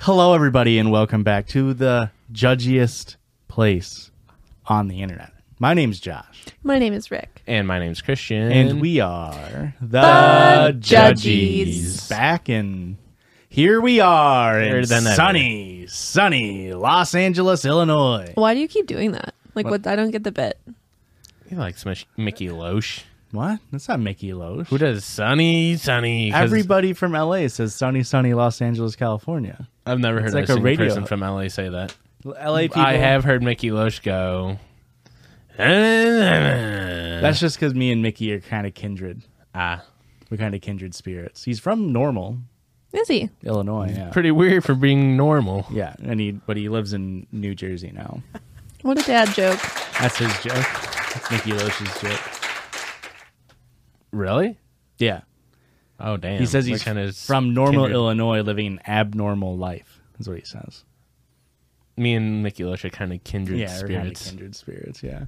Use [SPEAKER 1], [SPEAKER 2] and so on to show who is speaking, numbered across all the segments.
[SPEAKER 1] Hello, everybody, and welcome back to the judgiest place on the internet. My name's Josh,
[SPEAKER 2] My name is Rick.
[SPEAKER 3] And my name's Christian.
[SPEAKER 1] and we are the,
[SPEAKER 2] The Judgies.
[SPEAKER 1] Back and here we are in
[SPEAKER 3] Better than ever.
[SPEAKER 1] sunny, sunny Los Angeles, Illinois.
[SPEAKER 2] Why do you keep doing that? Like, what? I don't get the bit.
[SPEAKER 3] he likes Mich- Mickey Loesch.
[SPEAKER 1] What? That's not Mickey Loesch.
[SPEAKER 3] Who does Sunny Sunny? 'Cause
[SPEAKER 1] Everybody from LA says sunny, sunny Los Angeles, California.
[SPEAKER 3] I've never heard
[SPEAKER 1] like
[SPEAKER 3] a
[SPEAKER 1] a
[SPEAKER 3] single
[SPEAKER 1] radio-
[SPEAKER 3] person from LA say that.
[SPEAKER 1] LA people.
[SPEAKER 3] I have heard Mickey Loesch go. That's
[SPEAKER 1] That's just because me and Mickey are kind of kindred.
[SPEAKER 3] ah,
[SPEAKER 1] We're kind of kindred spirits. He's from Normal,
[SPEAKER 2] Is he?
[SPEAKER 1] Illinois. Yeah.
[SPEAKER 3] pretty weird for being normal.
[SPEAKER 1] Yeah, and he but he lives in New Jersey now.
[SPEAKER 2] What a dad joke.
[SPEAKER 1] That's his joke. That's Mickey Loesch's joke.
[SPEAKER 3] Really?
[SPEAKER 1] Yeah,
[SPEAKER 3] Oh damn.
[SPEAKER 1] he says
[SPEAKER 3] What
[SPEAKER 1] he's
[SPEAKER 3] kind of
[SPEAKER 1] from normal
[SPEAKER 3] kindred-
[SPEAKER 1] Illinois, living an abnormal life. Is what he says.
[SPEAKER 3] Me and Mickey Loesch are kind of kindred
[SPEAKER 1] yeah, we're kinda
[SPEAKER 3] spirits.
[SPEAKER 1] kindred spirits. Yeah,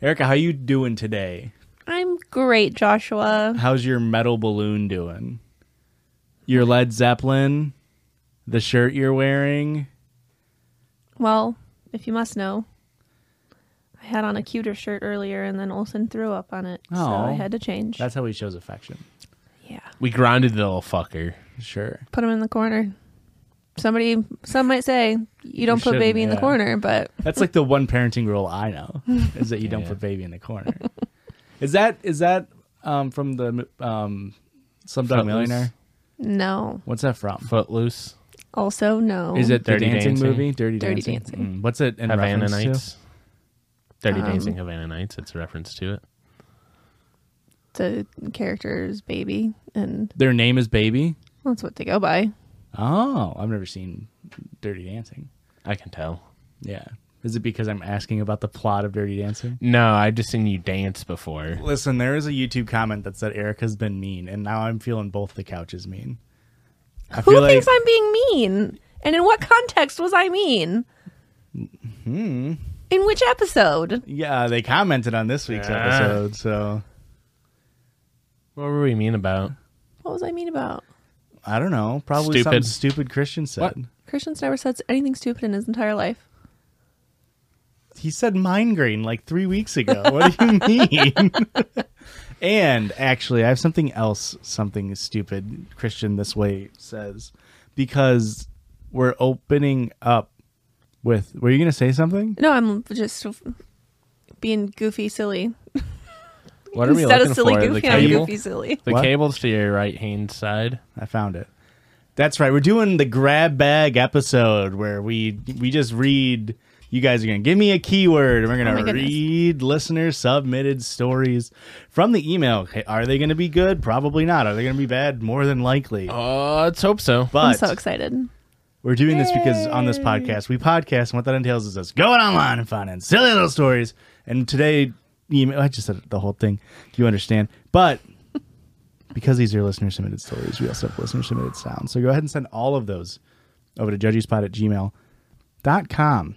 [SPEAKER 1] Erica, how you doing today?
[SPEAKER 2] I'm great, Joshua.
[SPEAKER 1] How's your metal balloon doing? Your Led Zeppelin, the shirt you're wearing.
[SPEAKER 2] Well, if you must know, I had on a cuter shirt earlier, and then Olson threw up on it, so
[SPEAKER 1] Aw.
[SPEAKER 2] I had to change.
[SPEAKER 1] That's how he shows affection.
[SPEAKER 2] yeah,
[SPEAKER 3] We grounded the little fucker.
[SPEAKER 1] Sure.
[SPEAKER 2] put him in the corner. Somebody, some might say you don't put
[SPEAKER 1] shouldn't,
[SPEAKER 2] baby in the
[SPEAKER 1] yeah.
[SPEAKER 2] corner, but
[SPEAKER 1] That's like the one parenting rule I know is that you don't
[SPEAKER 3] Yeah.
[SPEAKER 1] put baby in the corner. Is that is that um, from the um, Slumdog
[SPEAKER 3] Footloose?
[SPEAKER 1] Millionaire?
[SPEAKER 2] no.
[SPEAKER 1] What's that from?
[SPEAKER 3] Footloose.
[SPEAKER 2] Also, no.
[SPEAKER 1] Is it
[SPEAKER 3] Dirty
[SPEAKER 1] the dancing,
[SPEAKER 3] Dancing?
[SPEAKER 1] movie? Dirty,
[SPEAKER 2] Dirty
[SPEAKER 1] dancing.
[SPEAKER 2] Dancing.
[SPEAKER 1] Mm, What's it in
[SPEAKER 3] Havana
[SPEAKER 1] reference
[SPEAKER 3] Nights. Dirty
[SPEAKER 2] Um,
[SPEAKER 3] Dancing Havana Nights. It's a reference to it.
[SPEAKER 2] the character's baby? And
[SPEAKER 1] to? Their name is Baby.
[SPEAKER 2] that's what they go by.
[SPEAKER 1] Oh, I've never seen Dirty Dancing.
[SPEAKER 3] I can tell.
[SPEAKER 1] Yeah. Is it because I'm asking about the plot of Dirty Dancing?
[SPEAKER 3] No, I've just seen you dance before.
[SPEAKER 1] Listen, there is a YouTube comment that said Erica's been mean, and now I'm feeling both the couches mean. I
[SPEAKER 2] Who thinks I'm being mean? And in what context was I mean?
[SPEAKER 3] Hmm.
[SPEAKER 2] In which episode?
[SPEAKER 1] yeah, they commented on this week's
[SPEAKER 3] Ah.
[SPEAKER 1] episode, so
[SPEAKER 3] What were we mean about?
[SPEAKER 2] What was I mean about?
[SPEAKER 1] I don't know. Probably
[SPEAKER 3] Stupid.
[SPEAKER 1] something stupid Christian said.
[SPEAKER 3] What?
[SPEAKER 2] Christian's never said anything stupid in his entire life.
[SPEAKER 1] He said migraine like three weeks ago. What do you mean? and actually, I have something else, something stupid Christian this way says, because we're opening up with. Were you going to say something?
[SPEAKER 2] No, I'm just being goofy, silly.
[SPEAKER 3] What are we
[SPEAKER 2] Instead
[SPEAKER 3] looking
[SPEAKER 2] of silly
[SPEAKER 3] for? the
[SPEAKER 2] goofy, I'm
[SPEAKER 3] cable.
[SPEAKER 2] goofy, silly.
[SPEAKER 3] The
[SPEAKER 1] What?
[SPEAKER 3] cable's to your right hand side.
[SPEAKER 1] I found it. That's right. We're doing the grab bag episode where we we just read. You guys are gonna give me a keyword, and we're
[SPEAKER 2] Oh my
[SPEAKER 1] gonna
[SPEAKER 2] goodness.
[SPEAKER 1] read listener submitted stories from the email. Okay, Are they gonna be good? Probably not. Are they gonna be bad? More than likely.
[SPEAKER 3] Oh, let's hope so.
[SPEAKER 2] I'm
[SPEAKER 1] But
[SPEAKER 2] so excited.
[SPEAKER 1] we're doing this because on this podcast, we podcast, and what that entails is us going online and finding silly little stories. And today, email, I just said the whole thing. You understand. But because these are listener submitted stories, we also have listener submitted sounds. So go ahead and send all of those over to judgyspot at gmail.com.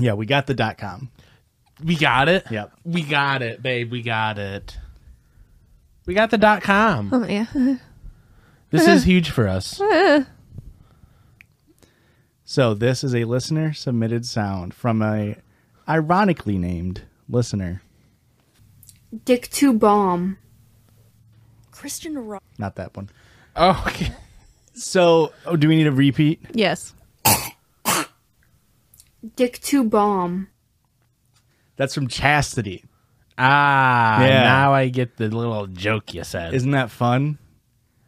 [SPEAKER 1] Yeah, we got the dot com.
[SPEAKER 3] we got it.
[SPEAKER 1] Yep.
[SPEAKER 3] We got it, babe. We got it. We got the dot com.
[SPEAKER 2] Oh yeah.
[SPEAKER 3] This is huge for us.
[SPEAKER 1] So this is a listener submitted sound from a ironically named listener.
[SPEAKER 4] Dick to bomb. Christian Rock.
[SPEAKER 1] Not that one.
[SPEAKER 3] Oh, okay.
[SPEAKER 1] So, oh, do we need a repeat?
[SPEAKER 2] yes.
[SPEAKER 4] Dick to bomb.
[SPEAKER 1] That's from Chastity.
[SPEAKER 3] Ah,
[SPEAKER 1] Yeah.
[SPEAKER 3] now I get the little joke you said.
[SPEAKER 1] Isn't that fun?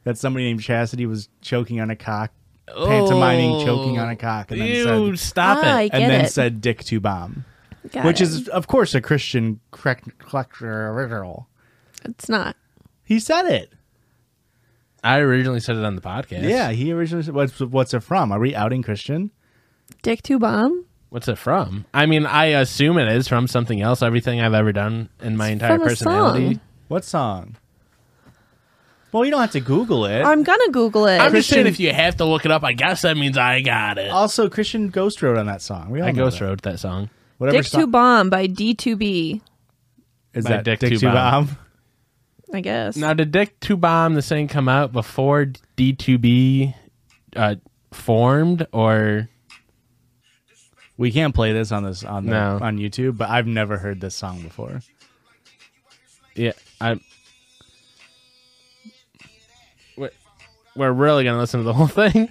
[SPEAKER 1] That somebody named Chastity was choking on a cock,
[SPEAKER 3] Oh.
[SPEAKER 1] pantomiming choking on a cock, and then
[SPEAKER 3] Ew,
[SPEAKER 1] said,
[SPEAKER 3] stop
[SPEAKER 2] Ah, I
[SPEAKER 3] it.
[SPEAKER 2] get
[SPEAKER 1] and then
[SPEAKER 2] it.
[SPEAKER 1] said "dick to bomb,"
[SPEAKER 2] Got
[SPEAKER 1] which
[SPEAKER 2] it.
[SPEAKER 1] is of course a Christian correct correct- original.
[SPEAKER 2] it's not.
[SPEAKER 1] He said it.
[SPEAKER 3] I originally said it on the podcast.
[SPEAKER 1] Yeah, he originally said. What's what's it from? Are we outing Christian?
[SPEAKER 2] Dick to bomb
[SPEAKER 3] What's it from? I mean, I assume it is from something else. Everything I've ever done in my entire
[SPEAKER 2] from a
[SPEAKER 3] personality.
[SPEAKER 2] song.
[SPEAKER 1] What song? Well, you don't have to Google it.
[SPEAKER 2] I'm gonna Google it.
[SPEAKER 3] I'm just
[SPEAKER 1] Christian-
[SPEAKER 3] saying, if you have to look it up, I guess that means I got it.
[SPEAKER 1] also, Christian ghost wrote on that song. We all
[SPEAKER 3] I
[SPEAKER 1] know
[SPEAKER 3] ghost
[SPEAKER 1] that.
[SPEAKER 3] wrote that song.
[SPEAKER 1] Whatever
[SPEAKER 2] Dick
[SPEAKER 1] song
[SPEAKER 2] to bomb by D2B.
[SPEAKER 1] is
[SPEAKER 3] by
[SPEAKER 1] that
[SPEAKER 3] Dick
[SPEAKER 1] Dick
[SPEAKER 3] to
[SPEAKER 1] to
[SPEAKER 3] Bomb.
[SPEAKER 1] bomb?
[SPEAKER 2] I guess.
[SPEAKER 3] Now, did Dick Two Bomb the thing come out before D Two B, uh, formed or
[SPEAKER 1] We can't play this on this on the,
[SPEAKER 3] No.
[SPEAKER 1] on YouTube, but I've never heard this song before.
[SPEAKER 3] yeah, I. We're- We're really gonna listen to the whole thing.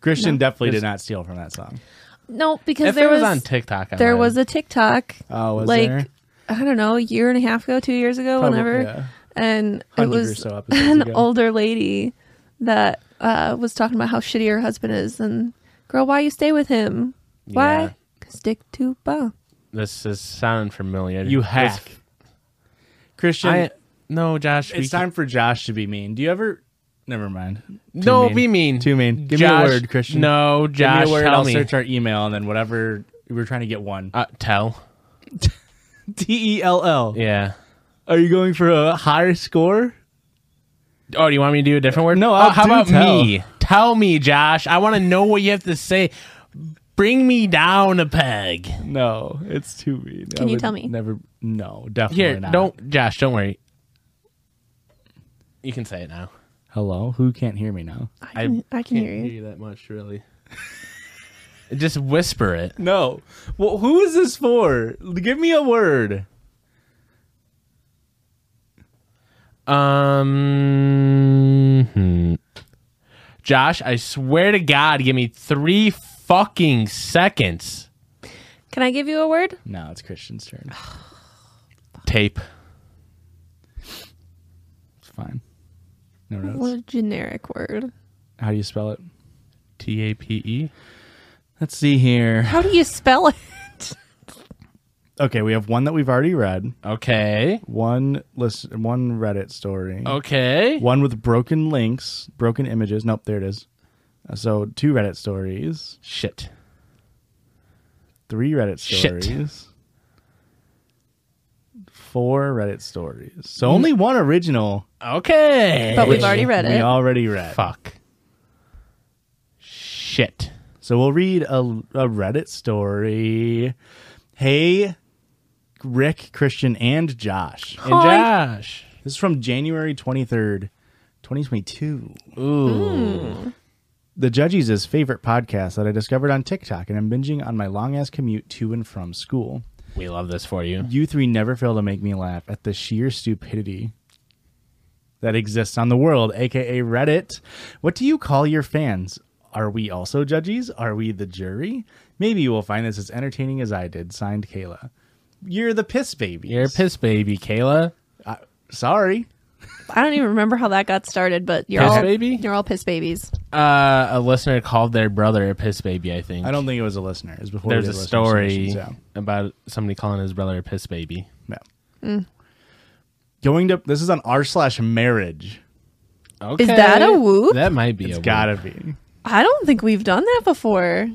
[SPEAKER 1] Christian definitely did
[SPEAKER 3] There's-
[SPEAKER 1] not steal from that song.
[SPEAKER 2] No, because
[SPEAKER 3] If
[SPEAKER 2] there
[SPEAKER 3] it was,
[SPEAKER 2] was,
[SPEAKER 3] on TikTok, I
[SPEAKER 2] there
[SPEAKER 3] might.
[SPEAKER 2] was a TikTok
[SPEAKER 1] Oh, was
[SPEAKER 2] like
[SPEAKER 1] there?
[SPEAKER 2] I don't know, a year and a half ago, two years ago,
[SPEAKER 1] Probably,
[SPEAKER 2] whenever,
[SPEAKER 1] yeah.
[SPEAKER 2] and it
[SPEAKER 1] 100 or
[SPEAKER 2] was
[SPEAKER 1] so episodes
[SPEAKER 2] an
[SPEAKER 1] ago.
[SPEAKER 2] older lady that uh, was talking about how shitty her husband is, and girl, why you stay with him?
[SPEAKER 3] Yeah.
[SPEAKER 2] Why? Cause dick too bomb.
[SPEAKER 3] This is sounding familiar.
[SPEAKER 1] You
[SPEAKER 3] This-
[SPEAKER 1] hack. Christian,
[SPEAKER 3] I no, Josh. we
[SPEAKER 1] it's time for Josh to be mean. Do you ever? Never mind. Too
[SPEAKER 3] Can, no,
[SPEAKER 1] mean.
[SPEAKER 3] be mean.
[SPEAKER 1] Too mean. Give me a
[SPEAKER 3] Josh,
[SPEAKER 1] word, Christian.
[SPEAKER 3] No,
[SPEAKER 1] Give me
[SPEAKER 3] Josh.
[SPEAKER 1] a word.
[SPEAKER 3] Tell
[SPEAKER 1] I'll
[SPEAKER 3] me.
[SPEAKER 1] search our email and then whatever we're trying to get one.
[SPEAKER 3] uh, tell.
[SPEAKER 1] T E L L.
[SPEAKER 3] Yeah.
[SPEAKER 1] Are you going for a higher score?
[SPEAKER 3] Oh, do you want me to do a different word?
[SPEAKER 1] No,
[SPEAKER 3] Oh,
[SPEAKER 1] I'll
[SPEAKER 3] how
[SPEAKER 1] do
[SPEAKER 3] about
[SPEAKER 1] tell.
[SPEAKER 3] me? Tell me, Josh. I want to know what you have to say. Bring me down a peg.
[SPEAKER 1] No, it's too mean.
[SPEAKER 2] Can you tell me?
[SPEAKER 1] Never. No, definitely
[SPEAKER 3] Here,
[SPEAKER 1] not.
[SPEAKER 3] don't, Josh. Don't worry. You can say it now.
[SPEAKER 1] Hello. Who can't hear me now?
[SPEAKER 2] I can, I, can hear you.
[SPEAKER 3] that much, really. Just whisper it.
[SPEAKER 1] No. Well, who is this for? Give me a word.
[SPEAKER 3] Um, hmm. Josh, I swear to God, give me three fucking seconds.
[SPEAKER 2] Can I give you a word?
[SPEAKER 1] No, it's Christian's turn.
[SPEAKER 3] Tape.
[SPEAKER 1] It's fine. No
[SPEAKER 2] What
[SPEAKER 1] notes.
[SPEAKER 2] a generic word.
[SPEAKER 1] How do you spell it?
[SPEAKER 3] T A P E.
[SPEAKER 1] Let's see here.
[SPEAKER 2] How do you spell it?
[SPEAKER 1] Okay, we have one that we've already read.
[SPEAKER 3] Okay.
[SPEAKER 1] One list. One Reddit story.
[SPEAKER 3] Okay.
[SPEAKER 1] One with broken links, broken images. Nope, there it is. Uh, So two Reddit stories,
[SPEAKER 3] Shit.
[SPEAKER 1] three Reddit
[SPEAKER 3] Shit.
[SPEAKER 1] stories, four Reddit stories. So only one original.
[SPEAKER 3] Okay.
[SPEAKER 2] But we've
[SPEAKER 1] Hmm. which
[SPEAKER 2] already read
[SPEAKER 1] We
[SPEAKER 2] it.
[SPEAKER 1] already read.
[SPEAKER 3] Fuck. Shit.
[SPEAKER 1] So we'll read a, a Reddit story. Hey, Rick, Christian, and Josh.
[SPEAKER 3] And
[SPEAKER 2] Hi.
[SPEAKER 3] Josh.
[SPEAKER 1] This is from January 23rd, 2022.
[SPEAKER 3] Ooh.
[SPEAKER 1] Hmm. The Judgies' is favorite podcast that I discovered on TikTok, and I'm binging on my long ass commute to and from school.
[SPEAKER 3] We love this for you.
[SPEAKER 1] You three never fail to make me laugh at the sheer stupidity that exists on the world, aka Reddit. What do you call your fans? Are we also judges? Are we the jury? Maybe you will find this as entertaining as I did. Signed, Kayla. You're the piss baby.
[SPEAKER 3] You're a piss baby, Kayla.
[SPEAKER 1] Sorry.
[SPEAKER 2] I don't even remember how that got started, but you're
[SPEAKER 3] Piss
[SPEAKER 2] all
[SPEAKER 3] baby?
[SPEAKER 2] You're all piss babies.
[SPEAKER 3] Uh, a listener called their brother a piss baby, I think.
[SPEAKER 1] I don't think it was a listener. It was before.
[SPEAKER 3] There's
[SPEAKER 1] we
[SPEAKER 3] a
[SPEAKER 1] did listener
[SPEAKER 3] story
[SPEAKER 1] submissions, Yeah.
[SPEAKER 3] about somebody calling his brother a piss baby.
[SPEAKER 1] yeah. Going to this is on r slash marriage.
[SPEAKER 3] Okay.
[SPEAKER 2] Is that a whoop?
[SPEAKER 3] That might be
[SPEAKER 1] It's
[SPEAKER 3] a whoop.
[SPEAKER 1] gotta be.
[SPEAKER 2] I don't think we've done that before.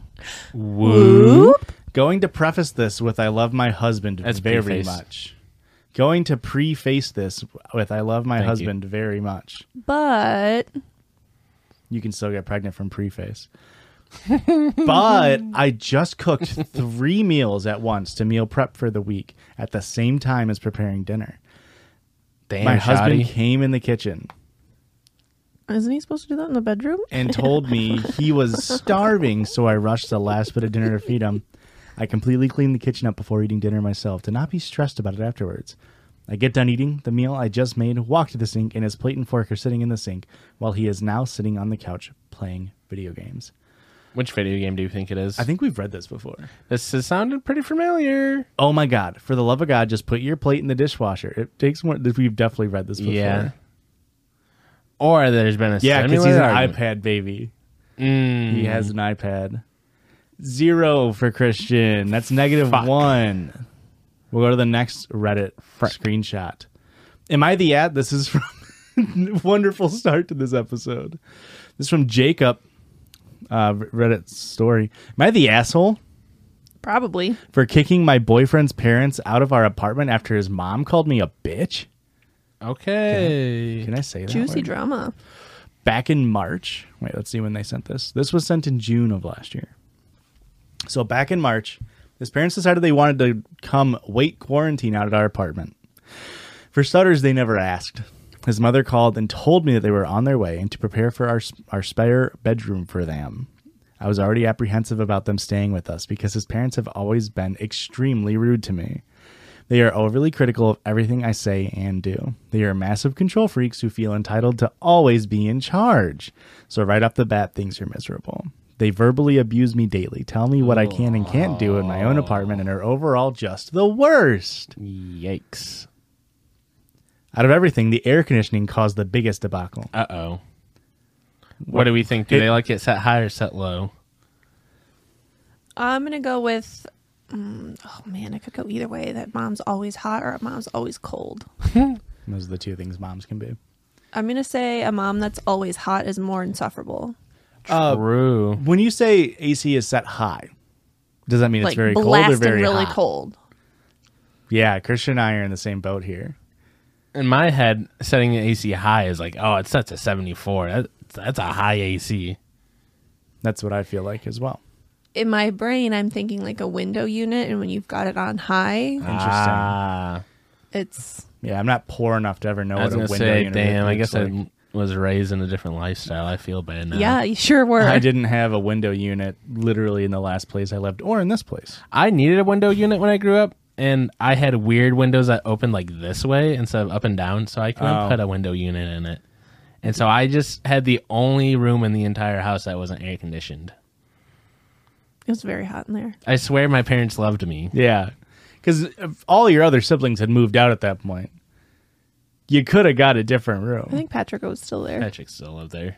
[SPEAKER 3] whoop.
[SPEAKER 1] Going to preface this with I love my husband
[SPEAKER 3] That's
[SPEAKER 1] very
[SPEAKER 3] preface.
[SPEAKER 1] much. Going to preface this with I love my
[SPEAKER 3] Thank you.
[SPEAKER 1] husband very much.
[SPEAKER 2] But
[SPEAKER 1] You can still get pregnant from preface. but I just cooked three meals at once to meal prep for the week at the same time as preparing dinner.
[SPEAKER 3] Damn,
[SPEAKER 1] my husband
[SPEAKER 3] shoddy.
[SPEAKER 1] came in the kitchen
[SPEAKER 2] isn't he supposed to do that in the bedroom?
[SPEAKER 1] and told me he was starving, so I rushed the last bit of dinner to feed him. I completely cleaned the kitchen up before eating dinner myself to not be stressed about it afterwards. I get done eating the meal I just made, walk to the sink, and his plate and fork are sitting in the sink while he is now sitting on the couch playing video games.
[SPEAKER 3] Which video game do you think it is?
[SPEAKER 1] I think we've read this before.
[SPEAKER 3] this has sounded pretty familiar.
[SPEAKER 1] Oh my God, for the love of God, just put your plate in the dishwasher. It takes more. We've definitely read this before.
[SPEAKER 3] Yeah. Or there's been a
[SPEAKER 1] Yeah, because he's
[SPEAKER 3] stimulated
[SPEAKER 1] an
[SPEAKER 3] argument.
[SPEAKER 1] iPad baby.
[SPEAKER 3] Mm.
[SPEAKER 1] He has an iPad. Zero for Christian. That's negative one. We'll go to the next Reddit screenshot. Am I the ad? This is from wonderful start to this episode. This is from Jacob. Uh, Reddit story. Am I the asshole
[SPEAKER 2] Probably.
[SPEAKER 1] for kicking my boyfriend's parents out of our apartment after his mom called me a bitch?
[SPEAKER 3] Okay.
[SPEAKER 1] Can I say that?
[SPEAKER 2] Juicy
[SPEAKER 1] word?
[SPEAKER 2] drama.
[SPEAKER 1] back in March. Wait, let's see when they sent this. This was sent in June of last year. So back in March, his parents decided they wanted to come wait quarantine out at our apartment. For starters, they never asked. His mother called and told me that they were on their way and to prepare for our our spare bedroom for them. I was already apprehensive about them staying with us because his parents have always been extremely rude to me. They are overly critical of everything I say and do. They are massive control freaks who feel entitled to always be in charge. So, right off the bat, things are miserable. They verbally abuse me daily, tell me what I can and can't do in my own apartment, and are overall just the worst.
[SPEAKER 3] Yikes.
[SPEAKER 1] Out of everything, the air conditioning caused the biggest debacle.
[SPEAKER 3] Uh oh. What do we think? Do they like it set high or set low?
[SPEAKER 2] I'm gonna go with. mm, oh man, I could go either way. That mom's always hot or a mom's always cold.
[SPEAKER 1] Those are the two things moms can do.
[SPEAKER 2] I'm gonna say a mom that's always hot is more insufferable.
[SPEAKER 1] Uh,
[SPEAKER 3] True.
[SPEAKER 1] When you say AC is set high, does that mean
[SPEAKER 2] like
[SPEAKER 1] it's very cold or
[SPEAKER 2] blasting
[SPEAKER 1] very
[SPEAKER 2] really
[SPEAKER 1] hot?
[SPEAKER 2] cold.
[SPEAKER 1] Yeah, Christian and I are in the same boat here.
[SPEAKER 3] In my head, setting the AC high is like, oh, it sets to 74. That, that's a high AC.
[SPEAKER 1] That's what I feel like as well.
[SPEAKER 2] In my brain, I'm thinking like a window unit, and when you've got it on high,
[SPEAKER 1] Interesting.
[SPEAKER 3] Ah.
[SPEAKER 2] it's
[SPEAKER 1] Yeah, I'm not poor enough to ever know
[SPEAKER 3] I
[SPEAKER 1] what
[SPEAKER 3] was
[SPEAKER 1] a
[SPEAKER 3] gonna
[SPEAKER 1] window
[SPEAKER 3] say,
[SPEAKER 1] unit
[SPEAKER 3] damn. I
[SPEAKER 1] looks
[SPEAKER 3] guess
[SPEAKER 1] like.
[SPEAKER 3] I was raised in a different lifestyle. I feel bad now.
[SPEAKER 2] yeah, you sure were.
[SPEAKER 1] I didn't have a window unit literally in the last place I lived or in this place.
[SPEAKER 3] I needed a window unit when I grew up, and I had weird windows that opened like this way instead of up and down, so I couldn't
[SPEAKER 1] Oh.
[SPEAKER 3] put a window unit in it. And so I just had the only room in the entire house that wasn't air conditioned.
[SPEAKER 2] It was very hot in there.
[SPEAKER 3] I swear my parents loved me.
[SPEAKER 1] Yeah. Cuz all your other siblings had moved out at that point. You could have got a different room.
[SPEAKER 2] I think Patrick was still there.
[SPEAKER 3] Patrick's still up there.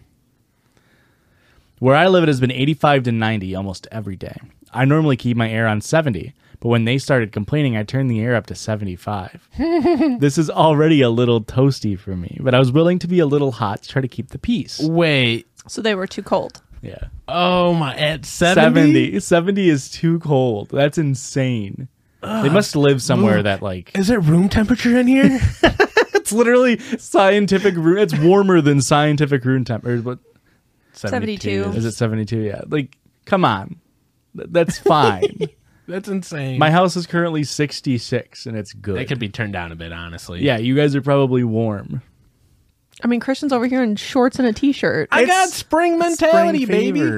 [SPEAKER 1] Where I live, it has been 85 to 90 almost every day. I normally keep my air on 70, but when they started complaining, I turned the air up to 75. this is already a little toasty for me, but I was willing to be a little hot to try to keep the peace.
[SPEAKER 3] Wait.
[SPEAKER 2] So they were too cold.
[SPEAKER 1] Yeah.
[SPEAKER 3] Oh my at 70?
[SPEAKER 1] 70. 70 is too cold. That's insane. They must live somewhere that like
[SPEAKER 3] Is it room temperature in here?
[SPEAKER 1] it's literally scientific room. It's warmer than scientific room temp. Or what
[SPEAKER 2] 72.
[SPEAKER 1] is it? Seventy two. Yeah. Like, come on, Th- that's fine.
[SPEAKER 3] That's insane.
[SPEAKER 1] My house is currently 66 and it's good.
[SPEAKER 3] that could be turned down a bit, honestly.
[SPEAKER 1] yeah, you guys are probably warm.
[SPEAKER 2] I mean, Christian's over here in shorts and a t-shirt.
[SPEAKER 3] I got
[SPEAKER 1] It's-
[SPEAKER 3] spring mentality, baby.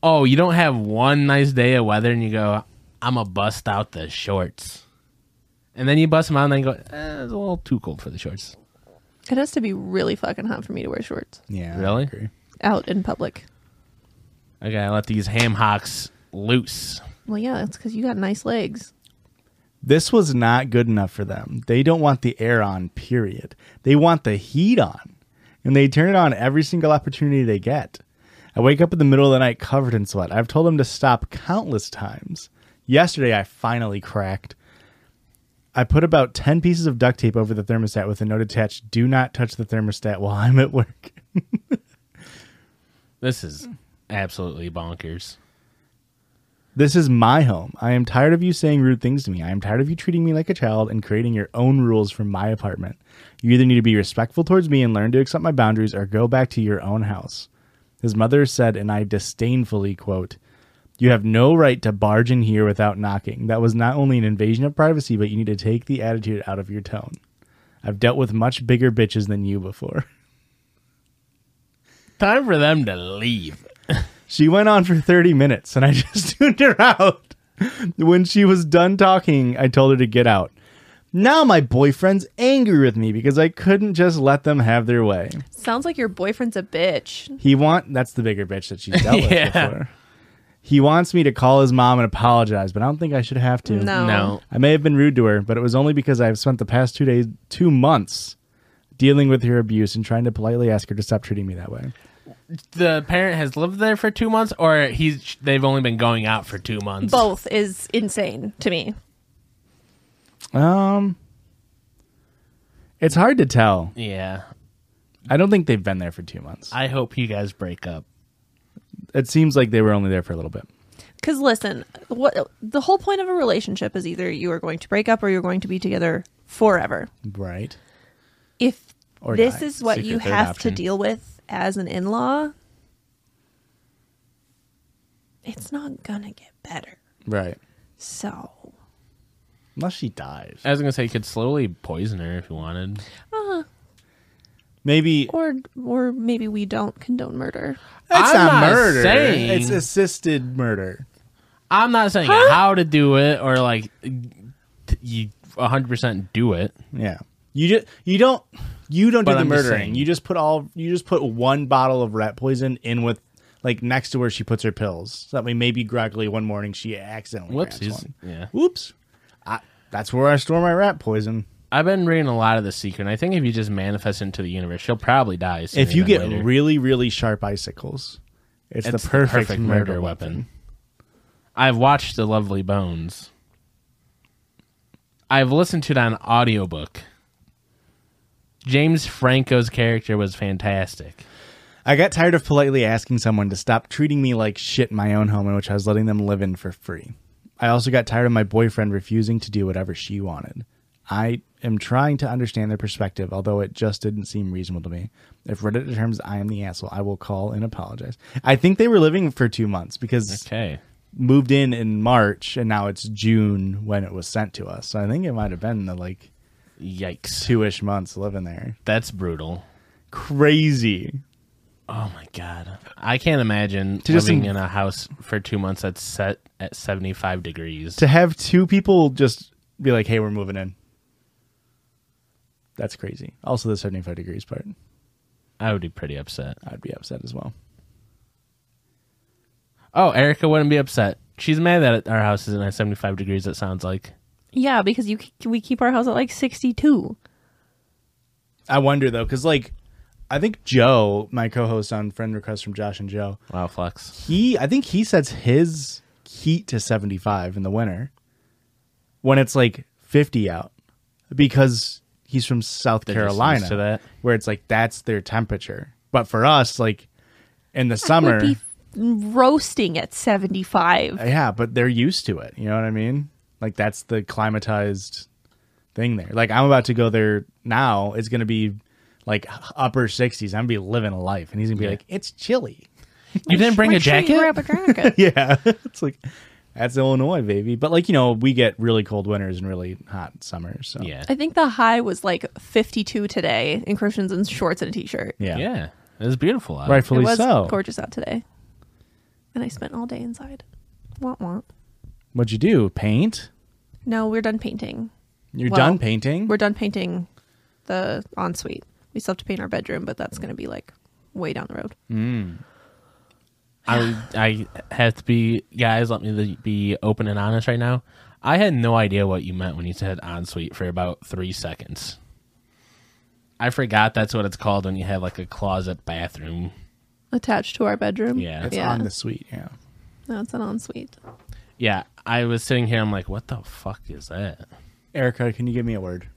[SPEAKER 3] Oh, you don't have one nice day of weather and you go, I'm going to bust out the shorts. And then you bust them out and then you go, eh, it's a little too cold for the shorts.
[SPEAKER 2] It has to be really fucking hot for me to wear shorts
[SPEAKER 1] Yeah.
[SPEAKER 3] Really?
[SPEAKER 2] out in public.
[SPEAKER 3] I got to let these ham hocks loose.
[SPEAKER 2] Well, yeah, it's because you got nice legs.
[SPEAKER 1] This was not good enough for them. They don't want the air on, period. They want the heat on. And they turn it on every single opportunity they get. I wake up in the middle of the night covered in sweat. I've told them to stop countless times. Yesterday, I finally cracked. I put about 10 pieces of duct tape over the thermostat with a note attached do not touch the thermostat while I'm at work.
[SPEAKER 3] This is absolutely bonkers.
[SPEAKER 1] This is my home. I am tired of you saying rude things to me. I am tired of you treating me like a child and creating your own rules for my apartment. You either need to be respectful towards me and learn to accept my boundaries or go back to your own house. His mother said, and I disdainfully quote, You have no right to barge in here without knocking. That was not only an invasion of privacy, but you need to take the attitude out of your tone. I've dealt with much bigger bitches than you before.
[SPEAKER 3] Time for them to leave.
[SPEAKER 1] She went on for 30 minutes and I just tuned her out. When she was done talking, I told her to get out. Now my boyfriend's angry with me because I couldn't just let them have their way.
[SPEAKER 2] Sounds like your boyfriend's a bitch.
[SPEAKER 1] He want that's the bigger bitch that she's dealt with
[SPEAKER 3] Yeah.
[SPEAKER 1] before. He wants me to call his mom and apologize, but I don't think I should have to.
[SPEAKER 2] No.
[SPEAKER 3] No.
[SPEAKER 1] I may have been rude to her, but it was only because I have spent the past two days, two months, dealing with her abuse and trying to politely ask her to stop treating me that way.
[SPEAKER 3] The parent has lived there for two months or he's they've only been going out for two months.
[SPEAKER 2] Both is insane to me.
[SPEAKER 1] Um, it's hard to tell.
[SPEAKER 3] Yeah.
[SPEAKER 1] I don't think they've been there for two months.
[SPEAKER 3] I hope you guys break up.
[SPEAKER 1] it seems like they were only there for a little bit.
[SPEAKER 2] Because listen, what the whole point of a relationship is either you are going to break up or you're going to be together forever.
[SPEAKER 1] Right.
[SPEAKER 2] If
[SPEAKER 1] Or
[SPEAKER 2] this
[SPEAKER 1] die.
[SPEAKER 2] is what
[SPEAKER 3] Secret
[SPEAKER 2] you
[SPEAKER 3] third
[SPEAKER 2] have
[SPEAKER 3] option.
[SPEAKER 2] to deal with as an in-law, it's not gonna get better.
[SPEAKER 1] Right.
[SPEAKER 2] So
[SPEAKER 1] Unless she dies.
[SPEAKER 3] I was gonna say you could slowly poison her if you wanted.
[SPEAKER 2] Uh,
[SPEAKER 1] Maybe
[SPEAKER 2] or or maybe we don't condone murder.
[SPEAKER 1] it's
[SPEAKER 3] I'm
[SPEAKER 1] not,
[SPEAKER 3] not
[SPEAKER 1] murder.
[SPEAKER 3] saying-
[SPEAKER 1] It's assisted murder.
[SPEAKER 3] I'm not saying
[SPEAKER 2] Huh?
[SPEAKER 3] how to do it or like t- you 100 percent do it.
[SPEAKER 1] Yeah. You just you don't you don't
[SPEAKER 3] But
[SPEAKER 1] do the
[SPEAKER 3] I'm just
[SPEAKER 1] murdering.
[SPEAKER 3] saying-
[SPEAKER 1] you just put all you just put one bottle of rat poison in with like next to where she puts her pills. So that way maybe groggily one morning she accidentally grabs
[SPEAKER 3] Whoopsies.
[SPEAKER 1] one.
[SPEAKER 3] Yeah.
[SPEAKER 1] Whoops. I, that's where I store my rat poison.
[SPEAKER 3] I've been reading a lot of The Secret, and I think if you just manifest into the universe, she'll probably die. sooner
[SPEAKER 1] if you
[SPEAKER 3] than
[SPEAKER 1] get
[SPEAKER 3] later.
[SPEAKER 1] really really sharp icicles, it's, the perfect, murder, weapon.
[SPEAKER 3] I've watched The Lovely Bones. I've listened to it on audiobook. James Franco's character was fantastic.
[SPEAKER 1] I got tired of politely asking someone to stop treating me like shit in my own home in which I was letting them live in for free. I also got tired of my boyfriend refusing to do whatever she wanted. I am trying to understand their perspective, although it just didn't seem reasonable to me. If Reddit determines I am the asshole, I will call and apologize. I think they were living for two months because
[SPEAKER 3] Okay.
[SPEAKER 1] moved in in March and now it's June when it was sent to us. So I think it might have been the like
[SPEAKER 3] Yikes.
[SPEAKER 1] two ish months living there.
[SPEAKER 3] That's brutal.
[SPEAKER 1] Crazy.
[SPEAKER 3] Oh my god. I can't imagine
[SPEAKER 1] To just
[SPEAKER 3] living
[SPEAKER 1] im-
[SPEAKER 3] in a house for 2 months that's set at 75 degrees.
[SPEAKER 1] to have two people just be like, "Hey, we're moving in." That's crazy. Also, the seventy-five degrees part,
[SPEAKER 3] I would be pretty upset.
[SPEAKER 1] I'd be upset as well.
[SPEAKER 3] Oh, Erica wouldn't be upset. She's mad that our house isn't at 75 degrees it sounds like.
[SPEAKER 2] Yeah, because you ke- we keep our house at like sixty two.
[SPEAKER 1] I wonder though, because like, I think Joe, my co-host on Friend Request from Josh and Joe,
[SPEAKER 3] Wow, flex.
[SPEAKER 1] he, I think he sets his heat to seventy-five in the winter when it's like fifty out, because he's from South
[SPEAKER 3] They're just used
[SPEAKER 1] Carolina,
[SPEAKER 3] to that.
[SPEAKER 1] where it's like that's their temperature. But for us, like in the summer,
[SPEAKER 2] Would be roasting at seventy five.
[SPEAKER 1] Yeah, but they're used to it. You know what I mean? Like that's the climatized thing there. Like I'm about to go there now. It's gonna be like upper 60s. I'm gonna be living a life, and he's gonna be
[SPEAKER 3] Yeah.
[SPEAKER 1] like, "It's chilly."
[SPEAKER 3] You didn't bring a jacket?
[SPEAKER 2] Grab a jacket.
[SPEAKER 1] Yeah, it's like that's Illinois, baby. But like you know, we get really cold winters and really hot summers. So.
[SPEAKER 3] Yeah.
[SPEAKER 2] I think the high was like 52 today in Christians in shorts and a t-shirt.
[SPEAKER 1] yeah,
[SPEAKER 3] Yeah. It was beautiful out.
[SPEAKER 2] It
[SPEAKER 1] rightfully
[SPEAKER 2] was
[SPEAKER 1] so.
[SPEAKER 2] gorgeous out today. And I spent all day inside. Want want.
[SPEAKER 1] What'd you do? Paint?
[SPEAKER 2] No, we're done painting.
[SPEAKER 1] You're
[SPEAKER 2] Well,
[SPEAKER 1] done painting?
[SPEAKER 2] We're done painting the ensuite. We still have to paint our bedroom, but that's going to be like way down the road.
[SPEAKER 3] I I have to be guys. Let me be open and honest right now. I had no idea what you meant when you said ensuite for about three seconds. I forgot that's what it's called when you have like a closet bathroom.
[SPEAKER 2] Attached to our bedroom.
[SPEAKER 3] Yeah.
[SPEAKER 1] It's
[SPEAKER 2] yeah.
[SPEAKER 1] on the suite. Yeah.
[SPEAKER 2] No, it's an ensuite.
[SPEAKER 3] Yeah, I was sitting here. I'm like, what the fuck is that?
[SPEAKER 1] Erica, can you give me a word?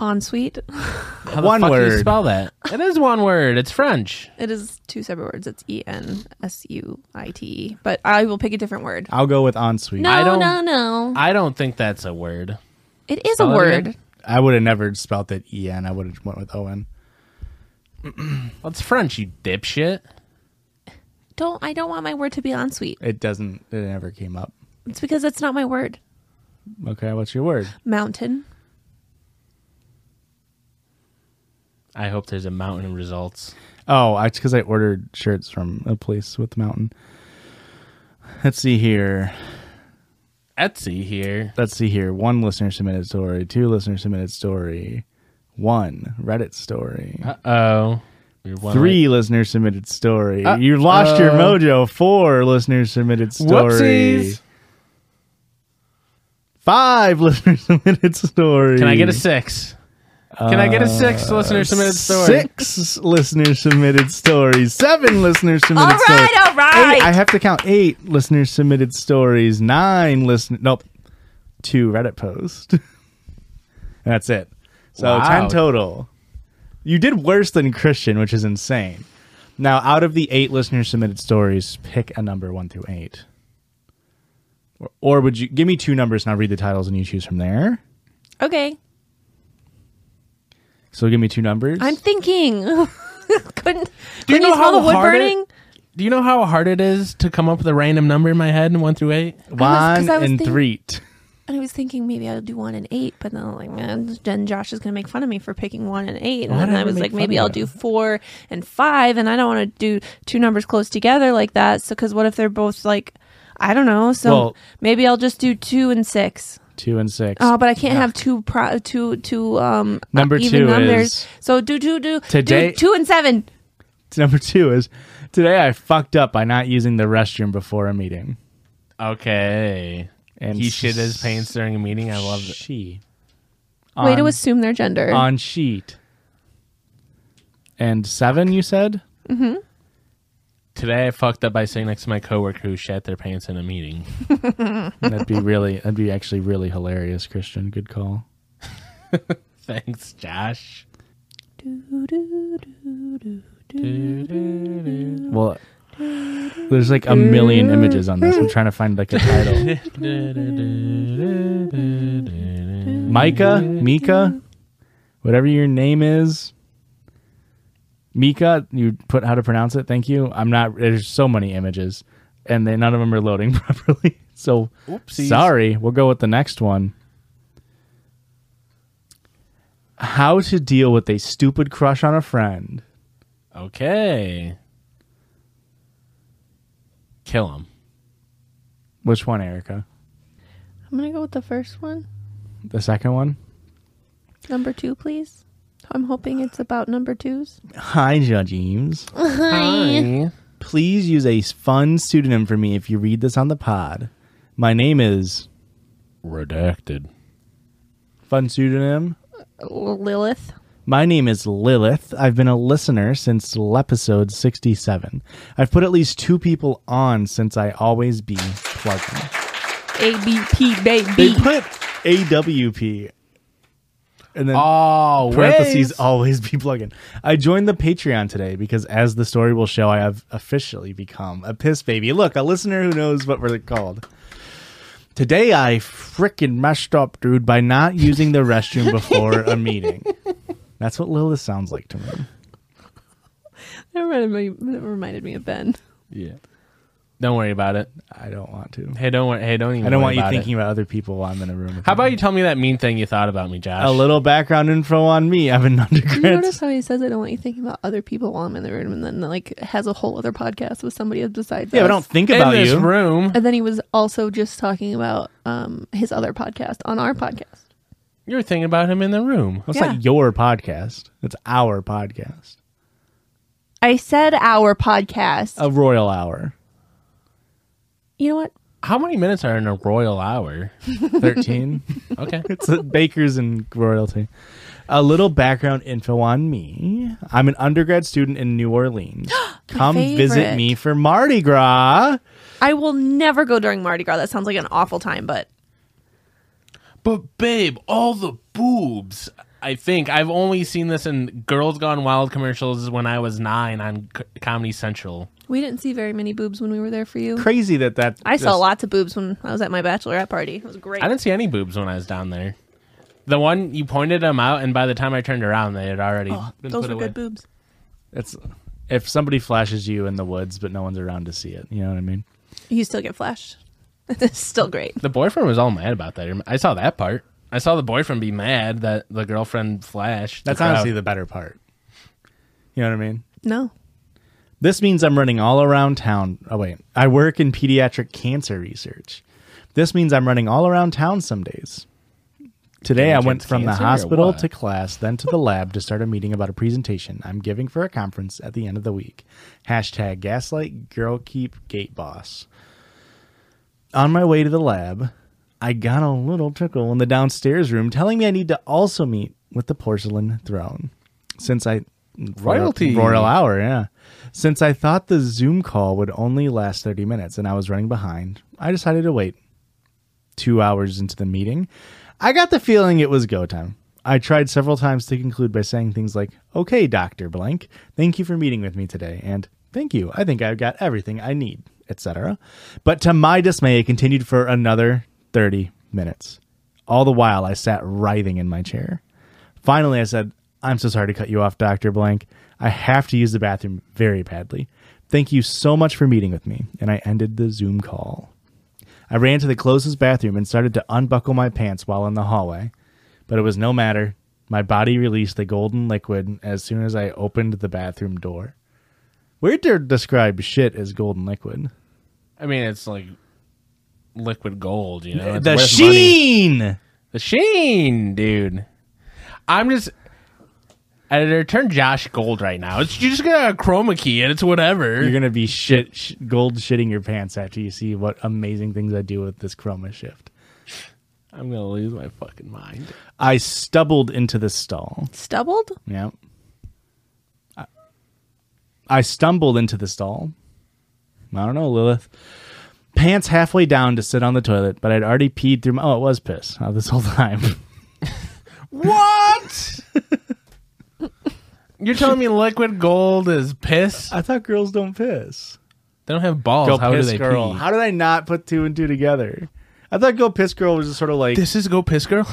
[SPEAKER 2] Ensuite.
[SPEAKER 3] How
[SPEAKER 1] One
[SPEAKER 3] the fuck Do
[SPEAKER 1] word.
[SPEAKER 3] you spell that? It is one word. It's French.
[SPEAKER 2] It is two separate words. It's E N S U I T E. But I will pick a different word.
[SPEAKER 1] I'll go with ensuite.
[SPEAKER 2] No,
[SPEAKER 3] I don't-
[SPEAKER 2] no, no.
[SPEAKER 3] I don't think that's a word.
[SPEAKER 2] It is a
[SPEAKER 3] Spell it
[SPEAKER 2] word.
[SPEAKER 3] again?
[SPEAKER 1] I would have never spelt it E N. I would have went with O N.
[SPEAKER 3] Well, it's French, you dipshit.
[SPEAKER 2] Don't I don't want my word to be ensuite.
[SPEAKER 1] It doesn't. It never came up.
[SPEAKER 2] It's because it's not my word.
[SPEAKER 1] Okay, what's your word?
[SPEAKER 2] Mountain.
[SPEAKER 3] I hope there's a mountain of results.
[SPEAKER 1] Oh, I, it's because I ordered shirts from a place with mountain. Let's see here.
[SPEAKER 3] Etsy here.
[SPEAKER 1] Let's see here. One listener submitted story. Two listener submitted story. One Reddit story.
[SPEAKER 3] Uh oh. You're one
[SPEAKER 1] Three listener submitted story.
[SPEAKER 3] Uh,
[SPEAKER 1] you lost your
[SPEAKER 3] uh,
[SPEAKER 1] mojo. Four listener submitted story.
[SPEAKER 3] Whoopsies.
[SPEAKER 1] Five listener submitted story.
[SPEAKER 3] Can I get a six? Can I get a six listener submitted story?
[SPEAKER 1] Uh, Six listener submitted stories. Seven listener
[SPEAKER 2] All
[SPEAKER 1] submitted stories.
[SPEAKER 2] right, all
[SPEAKER 1] Eight, I
[SPEAKER 2] right.
[SPEAKER 1] have to count eight listener submitted stories, nine listener, nope, two Reddit posts. That's it. So
[SPEAKER 3] Wow.
[SPEAKER 1] 10 total. You did worse than Christian, which is insane. Now, out of the eight listener submitted stories, pick a number one through eight. Or, or would you give me two numbers and I'll read the titles and you choose from there?
[SPEAKER 2] Okay,
[SPEAKER 1] So give me two numbers.
[SPEAKER 2] I'm thinking. Couldn't. Do
[SPEAKER 3] you know how
[SPEAKER 2] the wood
[SPEAKER 3] hard it-
[SPEAKER 2] burning?
[SPEAKER 3] Do you know how hard it is to come up with a random number in my head, one through eight?
[SPEAKER 1] one
[SPEAKER 2] I was
[SPEAKER 1] and
[SPEAKER 2] thinking-
[SPEAKER 1] three.
[SPEAKER 2] And I was thinking maybe I'll do one and eight, but then I'm like, man, then Josh is gonna make fun of me for picking one and eight. And
[SPEAKER 3] Why
[SPEAKER 2] then
[SPEAKER 3] did
[SPEAKER 2] I
[SPEAKER 3] I
[SPEAKER 2] was
[SPEAKER 3] make
[SPEAKER 2] like,
[SPEAKER 3] fun
[SPEAKER 2] maybe
[SPEAKER 3] of
[SPEAKER 2] I'll
[SPEAKER 3] you?
[SPEAKER 2] do four and five, and I don't want to do two numbers close together like that. So, because what if they're both like, I don't know. So
[SPEAKER 1] Well-
[SPEAKER 2] maybe I'll just do two and six.
[SPEAKER 1] Two and six.
[SPEAKER 2] Oh, but I can't have two pro two two um
[SPEAKER 1] Number
[SPEAKER 2] even
[SPEAKER 1] two
[SPEAKER 2] numbers.
[SPEAKER 1] is-
[SPEAKER 2] so do two do
[SPEAKER 1] Today-
[SPEAKER 2] do two and seven.
[SPEAKER 1] Number two is today I fucked up by not using the restroom before a meeting.
[SPEAKER 3] Okay.
[SPEAKER 1] And
[SPEAKER 3] he shit his pants during a meeting. I love it.
[SPEAKER 1] She.
[SPEAKER 2] Way to
[SPEAKER 1] On-
[SPEAKER 2] assume their gender.
[SPEAKER 1] on sheet. And seven, you said?
[SPEAKER 3] Today I fucked up by sitting next to my coworker who shat their pants in a meeting.
[SPEAKER 1] That'd be really, that'd be actually really hilarious, Christian. Good call.
[SPEAKER 3] Thanks, Josh.
[SPEAKER 2] Do, do, do, do, do.
[SPEAKER 1] Well, there's like a million images on this. I'm trying to find like a title. Micah, Mika, whatever your name is. Mika, you put how to pronounce it. Thank you. I'm not. There's so many images, and they, none of them are loading properly. So
[SPEAKER 3] Oopsies.
[SPEAKER 1] sorry. We'll go with the next one. How to deal with a stupid crush on a friend?
[SPEAKER 3] Okay. Kill him.
[SPEAKER 1] Which one, Erica?
[SPEAKER 2] I'm gonna go with the first one.
[SPEAKER 1] The second one.
[SPEAKER 2] Number two, please. I'm hoping it's about number twos.
[SPEAKER 1] Hi, Judge Eames. Please use a fun pseudonym for me if you read this on the pod. My name is
[SPEAKER 3] Redacted.
[SPEAKER 1] fun pseudonym.
[SPEAKER 2] Lilith.
[SPEAKER 1] My name is Lilith. I've been a listener since episode 67. I've put at least two people on since I always be plugging.
[SPEAKER 2] A B P
[SPEAKER 1] They
[SPEAKER 2] baby.
[SPEAKER 1] put AWP and then
[SPEAKER 3] Oh,
[SPEAKER 1] parentheses
[SPEAKER 3] ways.
[SPEAKER 1] always be plugging. I joined the Patreon today because, as the story will show, I have officially become a piss baby. Look, a listener who knows what we're called. Today I frickin' messed up, dude, by not using the restroom before a meeting. That's what Lilith sounds like to me.
[SPEAKER 2] That reminded me, that reminded me of Ben.
[SPEAKER 3] Yeah. Don't worry about it.
[SPEAKER 1] I don't want to.
[SPEAKER 3] Hey, don't worry. Hey, don't even.
[SPEAKER 1] I don't
[SPEAKER 3] worry
[SPEAKER 1] want you
[SPEAKER 3] about it.
[SPEAKER 1] thinking about other people while I'm in a room. with you.
[SPEAKER 3] How about you tell me that mean thing you thought about me, Josh?
[SPEAKER 1] a little background info on me? I'm an
[SPEAKER 2] You
[SPEAKER 1] undergrad.
[SPEAKER 2] notice how he says, "I don't want you thinking about other people while I'm in the room," and then like has a whole other podcast with somebody besides.
[SPEAKER 1] yeah,
[SPEAKER 2] us.
[SPEAKER 1] but don't think
[SPEAKER 3] in
[SPEAKER 1] about
[SPEAKER 3] this
[SPEAKER 1] you.
[SPEAKER 3] room.
[SPEAKER 2] And then he was also just talking about um, his other podcast on our podcast.
[SPEAKER 3] You're thinking about him in the room.
[SPEAKER 1] That's
[SPEAKER 2] Yeah.
[SPEAKER 1] not your podcast. That's our podcast.
[SPEAKER 2] I said our podcast.
[SPEAKER 1] A royal hour.
[SPEAKER 2] you know what?
[SPEAKER 3] How many minutes are in a royal hour?
[SPEAKER 1] 13.
[SPEAKER 3] Okay.
[SPEAKER 1] it's a bakers and royalty. A little background info on me. I'm an undergrad student in New Orleans. Come visit
[SPEAKER 2] favorite.
[SPEAKER 1] me for Mardi Gras.
[SPEAKER 2] I will never go during Mardi Gras. That sounds like an awful time, but
[SPEAKER 3] But babe, all the boobs. I think I've only seen this in Girls Gone Wild commercials when I was nine on C- Comedy Central.
[SPEAKER 2] we didn't see very many boobs when we were there for you.
[SPEAKER 1] Crazy that that.
[SPEAKER 2] I saw
[SPEAKER 1] just-
[SPEAKER 2] lots of boobs when I was at my bachelorette party. It was great.
[SPEAKER 3] I didn't see any boobs when I was down there. The one you pointed them out, and by the time I turned around, they had already been
[SPEAKER 2] Those
[SPEAKER 3] put
[SPEAKER 2] were
[SPEAKER 3] away.
[SPEAKER 2] good boobs.
[SPEAKER 1] It's if somebody flashes you in the woods, but no one's around to see it. You know what I mean?
[SPEAKER 2] You still get flashed. it's still great.
[SPEAKER 3] The boyfriend was all mad about that. I saw that part. I saw the boyfriend be mad that the girlfriend flashed.
[SPEAKER 1] That's honestly the better part. You know what I mean?
[SPEAKER 2] No.
[SPEAKER 1] This means I'm running all around town. Oh, wait. I work in pediatric cancer research. This means I'm running all around town some days. Today, I
[SPEAKER 3] Getting
[SPEAKER 1] went
[SPEAKER 3] kids
[SPEAKER 1] from the
[SPEAKER 3] cancer or
[SPEAKER 1] hospital
[SPEAKER 3] what?
[SPEAKER 1] to class, then to the lab to start a meeting about a presentation I'm giving for a conference at the end of the week. Hashtag gaslight girl keep gate boss. On my way to the lab, I got a little tickle in the downstairs room telling me I need to also meet with the porcelain throne. Since I
[SPEAKER 3] Royalty.
[SPEAKER 1] Royal Hour, yeah. Since I thought the Zoom call would only last 30 minutes and I was running behind, I decided to wait. Two hours into the meeting, I got the feeling it was go time. I tried several times to conclude by saying things like, Okay, Dr. Blank, thank you for meeting with me today, and thank you, I think I've got everything I need, etc. But to my dismay, it continued for another 30 minutes. All the while, I sat writhing in my chair. Finally, I said, I'm so sorry to cut you off, Dr. Blank. I have to use the bathroom very badly. Thank you so much for meeting with me. And I ended the Zoom call. I ran to the closest bathroom and started to unbuckle my pants while in the hallway, but it was no matter. My body released the golden liquid as soon as I opened the bathroom door. Weird to describe shit as golden liquid.
[SPEAKER 3] I mean, it's like liquid gold, you know. It's
[SPEAKER 1] the
[SPEAKER 3] worth money.
[SPEAKER 1] sheen.
[SPEAKER 3] the sheen, dude. I'm just editor turn Josh gold right now. It's you just got a chroma key and it's whatever.
[SPEAKER 1] You're gonna be shit sh- gold shitting your pants after you see what amazing things I do with this chroma shift.
[SPEAKER 3] I'm gonna lose my fucking mind.
[SPEAKER 1] I stumbled into the stall.
[SPEAKER 2] Stubbled?
[SPEAKER 1] Yep. I, I stumbled into the stall. I don't know, Lilith. Pants halfway down to sit on the toilet, but I'd already peed through my. Oh, it was piss uh, this whole time.
[SPEAKER 3] What? You're telling me liquid gold is piss?
[SPEAKER 1] I thought girls don't piss.
[SPEAKER 3] They don't have balls.
[SPEAKER 1] Go
[SPEAKER 3] Oh, How
[SPEAKER 1] piss
[SPEAKER 3] do they
[SPEAKER 1] girl.
[SPEAKER 3] pee?
[SPEAKER 1] How did I not put two and two together? I thought go piss girl was just sort of like.
[SPEAKER 3] This is Go Piss Girl.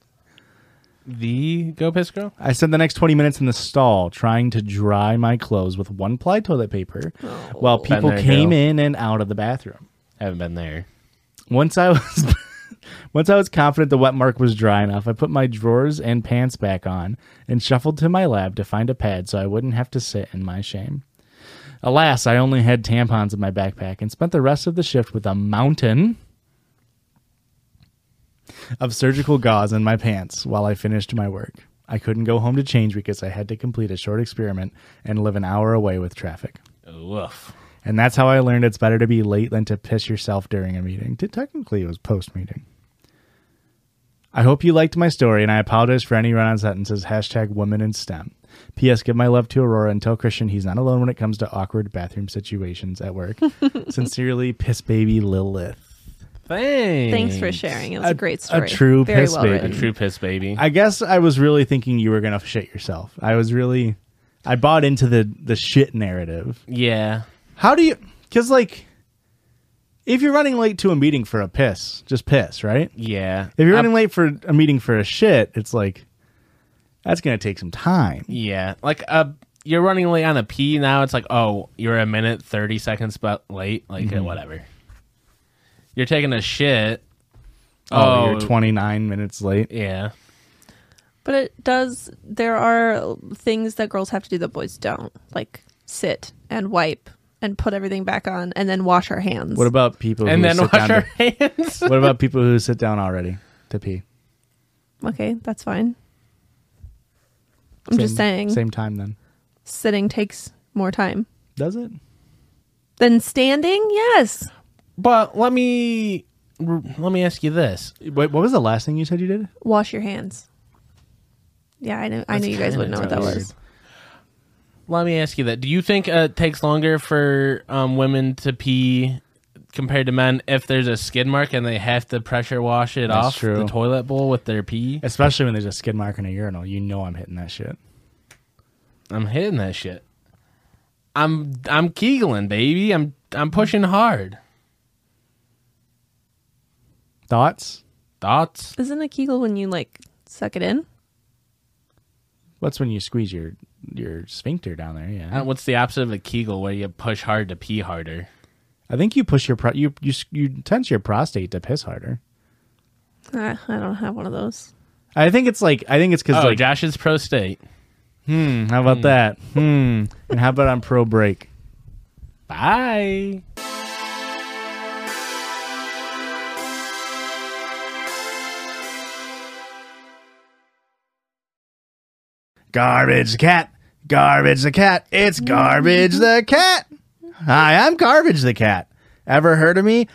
[SPEAKER 3] the Go Piss Girl.
[SPEAKER 1] I spent the next 20 minutes in the stall trying to dry my clothes with one ply toilet paper while people
[SPEAKER 3] there,
[SPEAKER 1] came
[SPEAKER 3] girl.
[SPEAKER 1] in and out of the bathroom.
[SPEAKER 3] Haven't been there.
[SPEAKER 1] Once I was once I was confident the wet mark was dry enough, I put my drawers and pants back on and shuffled to my lab to find a pad so I wouldn't have to sit in my shame. Alas, I only had tampons in my backpack and spent the rest of the shift with a mountain of surgical gauze in my pants while I finished my work. I couldn't go home to change because I had to complete a short experiment and live an hour away with traffic.
[SPEAKER 3] Woof.
[SPEAKER 1] And that's how I learned it's better to be late than to piss yourself during a meeting. T- Technically, it was post meeting. I hope you liked my story, and I apologize for any run on sentences. Hashtag women in STEM. P.S. Give my love to Aurora and tell Christian he's not alone when it comes to awkward bathroom situations at work. Sincerely, Piss Baby Lilith.
[SPEAKER 3] Thanks.
[SPEAKER 2] Thanks for sharing. It was a,
[SPEAKER 1] A-
[SPEAKER 2] great
[SPEAKER 1] a
[SPEAKER 2] story.
[SPEAKER 1] true
[SPEAKER 2] Very
[SPEAKER 1] piss
[SPEAKER 2] well
[SPEAKER 1] baby.
[SPEAKER 3] A
[SPEAKER 2] written.
[SPEAKER 3] true piss baby.
[SPEAKER 1] I guess I was really thinking you were going to shit yourself. I was really. I bought into the, the shit narrative.
[SPEAKER 3] yeah.
[SPEAKER 1] How do you? Because like, if you're running late to a meeting for a piss, just piss, right?
[SPEAKER 3] Yeah.
[SPEAKER 1] If you're
[SPEAKER 3] I'm-
[SPEAKER 1] running late for a meeting for a shit, it's like that's gonna take some time.
[SPEAKER 3] Yeah, like uh, you're running late on a pee now. It's like, oh, you're a minute thirty seconds but late. Like
[SPEAKER 1] Mm-hmm.
[SPEAKER 3] uh, whatever. You're taking a shit.
[SPEAKER 1] Oh, you're 29 minutes late.
[SPEAKER 3] yeah.
[SPEAKER 2] But it does. There are things that girls have to do that boys don't, like sit and wipe and put everything back on, and then wash our hands.
[SPEAKER 1] What about people?
[SPEAKER 3] and
[SPEAKER 1] who
[SPEAKER 3] then
[SPEAKER 1] sit
[SPEAKER 3] wash
[SPEAKER 1] down
[SPEAKER 3] our
[SPEAKER 1] to-
[SPEAKER 3] hands.
[SPEAKER 1] what about people who sit down already to pee?
[SPEAKER 2] okay, that's fine. I'm just
[SPEAKER 1] Same-
[SPEAKER 2] saying,
[SPEAKER 1] Same time then.
[SPEAKER 2] sitting takes more time
[SPEAKER 1] Does it?
[SPEAKER 2] than standing. Yes,
[SPEAKER 3] but let me let me ask you this.
[SPEAKER 1] Wait, what was the last thing you said you did?
[SPEAKER 2] wash your hands. Yeah, I know. I
[SPEAKER 3] That's
[SPEAKER 2] knew you guys
[SPEAKER 3] kinda
[SPEAKER 2] wouldn't know what that
[SPEAKER 3] weird.
[SPEAKER 2] was.
[SPEAKER 3] Let me ask you that. Do you think uh, it takes longer for um, women to pee compared to men if there's a skid mark and they have to pressure wash it
[SPEAKER 1] That's
[SPEAKER 3] off
[SPEAKER 1] true.
[SPEAKER 3] the toilet bowl with their pee?
[SPEAKER 1] Especially when there's a skid mark in a urinal, you know I'm hitting that shit.
[SPEAKER 3] I'm hitting that shit. I'm I'm kegeling, baby. I'm I'm pushing hard.
[SPEAKER 1] Thoughts?
[SPEAKER 3] Thoughts?
[SPEAKER 2] Isn't a kegel when you like suck it in?
[SPEAKER 1] What's when you squeeze your your sphincter down there? Yeah.
[SPEAKER 3] Uh, What's the opposite of a kegel where you push hard to pee harder?
[SPEAKER 1] I think you push your pro- you you you tense your prostate to piss harder.
[SPEAKER 2] Ah, I don't have one of those.
[SPEAKER 1] I think it's like I think it's because
[SPEAKER 3] Oh,
[SPEAKER 1] like
[SPEAKER 3] Josh's pro state.
[SPEAKER 1] hmm, how about that? Hmm. And how about on pro break?
[SPEAKER 3] Bye.
[SPEAKER 1] Garbage the cat, garbage the cat. It's garbage the cat. Hi, I'm garbage the cat. Ever heard of me?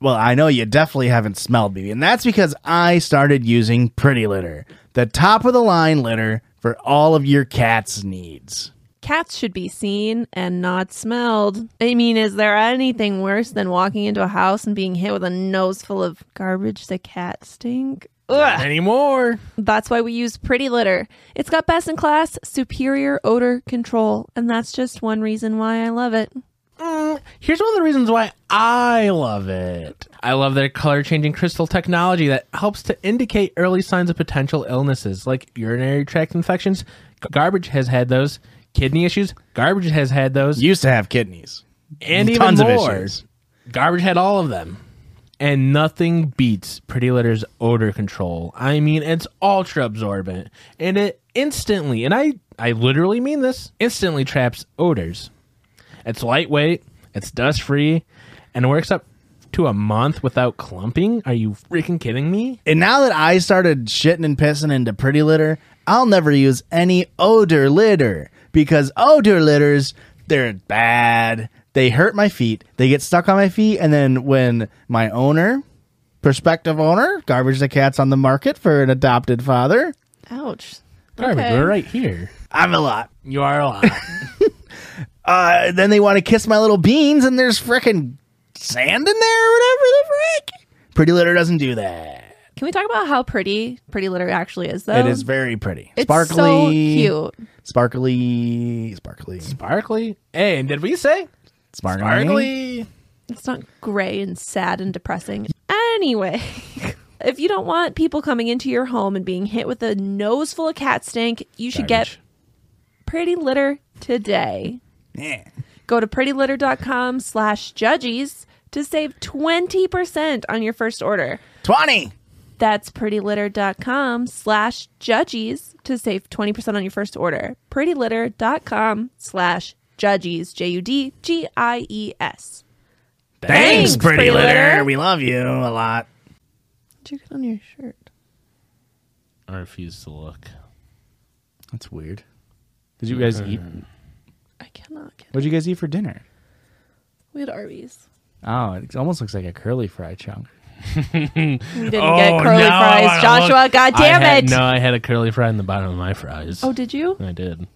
[SPEAKER 1] Well, I know you definitely haven't smelled me, and that's because I started using Pretty Litter, the top of the line litter for all of your cat's needs.
[SPEAKER 2] Cats should be seen and not smelled. I mean, is there anything worse than walking into a house and being hit with a nose full of garbage the cat stink? Ugh.
[SPEAKER 3] Anymore?
[SPEAKER 2] That's why we use Pretty Litter. It's got best in class superior odor control, and that's just one reason why I love it.
[SPEAKER 1] Mm.
[SPEAKER 3] Here's one of the reasons why I love it. I love their color changing crystal technology that helps to indicate early signs of potential illnesses like urinary tract infections. Garbage has had those. Kidney issues. Garbage has had those.
[SPEAKER 1] Used to have kidneys.
[SPEAKER 3] and even
[SPEAKER 1] Tons of
[SPEAKER 3] more.
[SPEAKER 1] issues.
[SPEAKER 3] Garbage had all of them. And nothing beats Pretty Litter's odor control. I mean, it's ultra absorbent and it instantly, and I, I literally mean this, instantly traps odors. It's lightweight, it's dust free, and works up to a month without clumping. Are you freaking kidding me?
[SPEAKER 1] And now that I started shitting and pissing into pretty litter, I'll never use any odor litter because odor litters, they're bad. They hurt my feet. They get stuck on my feet. And then when my owner, prospective owner, garbage the cat's on the market for an adopted father,
[SPEAKER 2] Ouch.
[SPEAKER 3] Garbage,
[SPEAKER 2] Okay.
[SPEAKER 3] we're right here.
[SPEAKER 1] I'm a lot.
[SPEAKER 3] You are alive.
[SPEAKER 1] Uh, then they want to kiss my little beans and there's frickin' sand in there or whatever the frick. Pretty litter doesn't do that.
[SPEAKER 2] Can we talk about how pretty Pretty Litter actually is, though?
[SPEAKER 1] It is very pretty.
[SPEAKER 2] Um, It's so
[SPEAKER 1] sparkly.
[SPEAKER 2] cute.
[SPEAKER 1] Sparkly. Sparkly.
[SPEAKER 3] Sparkly. Hey, and did we say
[SPEAKER 1] Sparkly.
[SPEAKER 3] sparkly?
[SPEAKER 2] It's not gray and sad and depressing. Anyway, if you don't want people coming into your home and being hit with a nose full of cat stink, you should get
[SPEAKER 3] Garbage.
[SPEAKER 2] Pretty Litter today.
[SPEAKER 1] Yeah.
[SPEAKER 2] Go to prettylitter.com slash judgies to save 20% on your first order.
[SPEAKER 1] 20.
[SPEAKER 2] That's prettylitter.com slash judgies to save 20% on your first order. Prettylitter.com slash judgies, J U D G I E S.
[SPEAKER 1] Thanks,
[SPEAKER 2] Thanks,
[SPEAKER 1] pretty,
[SPEAKER 2] Pretty
[SPEAKER 1] litter.
[SPEAKER 2] Litter.
[SPEAKER 1] We love you a lot.
[SPEAKER 2] Did you get on your shirt?
[SPEAKER 3] I refuse to look.
[SPEAKER 1] That's weird. Did you guys eat?
[SPEAKER 2] I cannot get
[SPEAKER 1] What did you guys eat for dinner?
[SPEAKER 2] We had Arby's.
[SPEAKER 1] Oh, it almost looks like a curly fry chunk.
[SPEAKER 2] We didn't
[SPEAKER 3] Oh,
[SPEAKER 2] get curly fries, Joshua. God Ah, damn
[SPEAKER 3] I had-
[SPEAKER 2] it.
[SPEAKER 3] No, I had a curly fry in the bottom of my fries.
[SPEAKER 2] Oh, did you?
[SPEAKER 3] I did.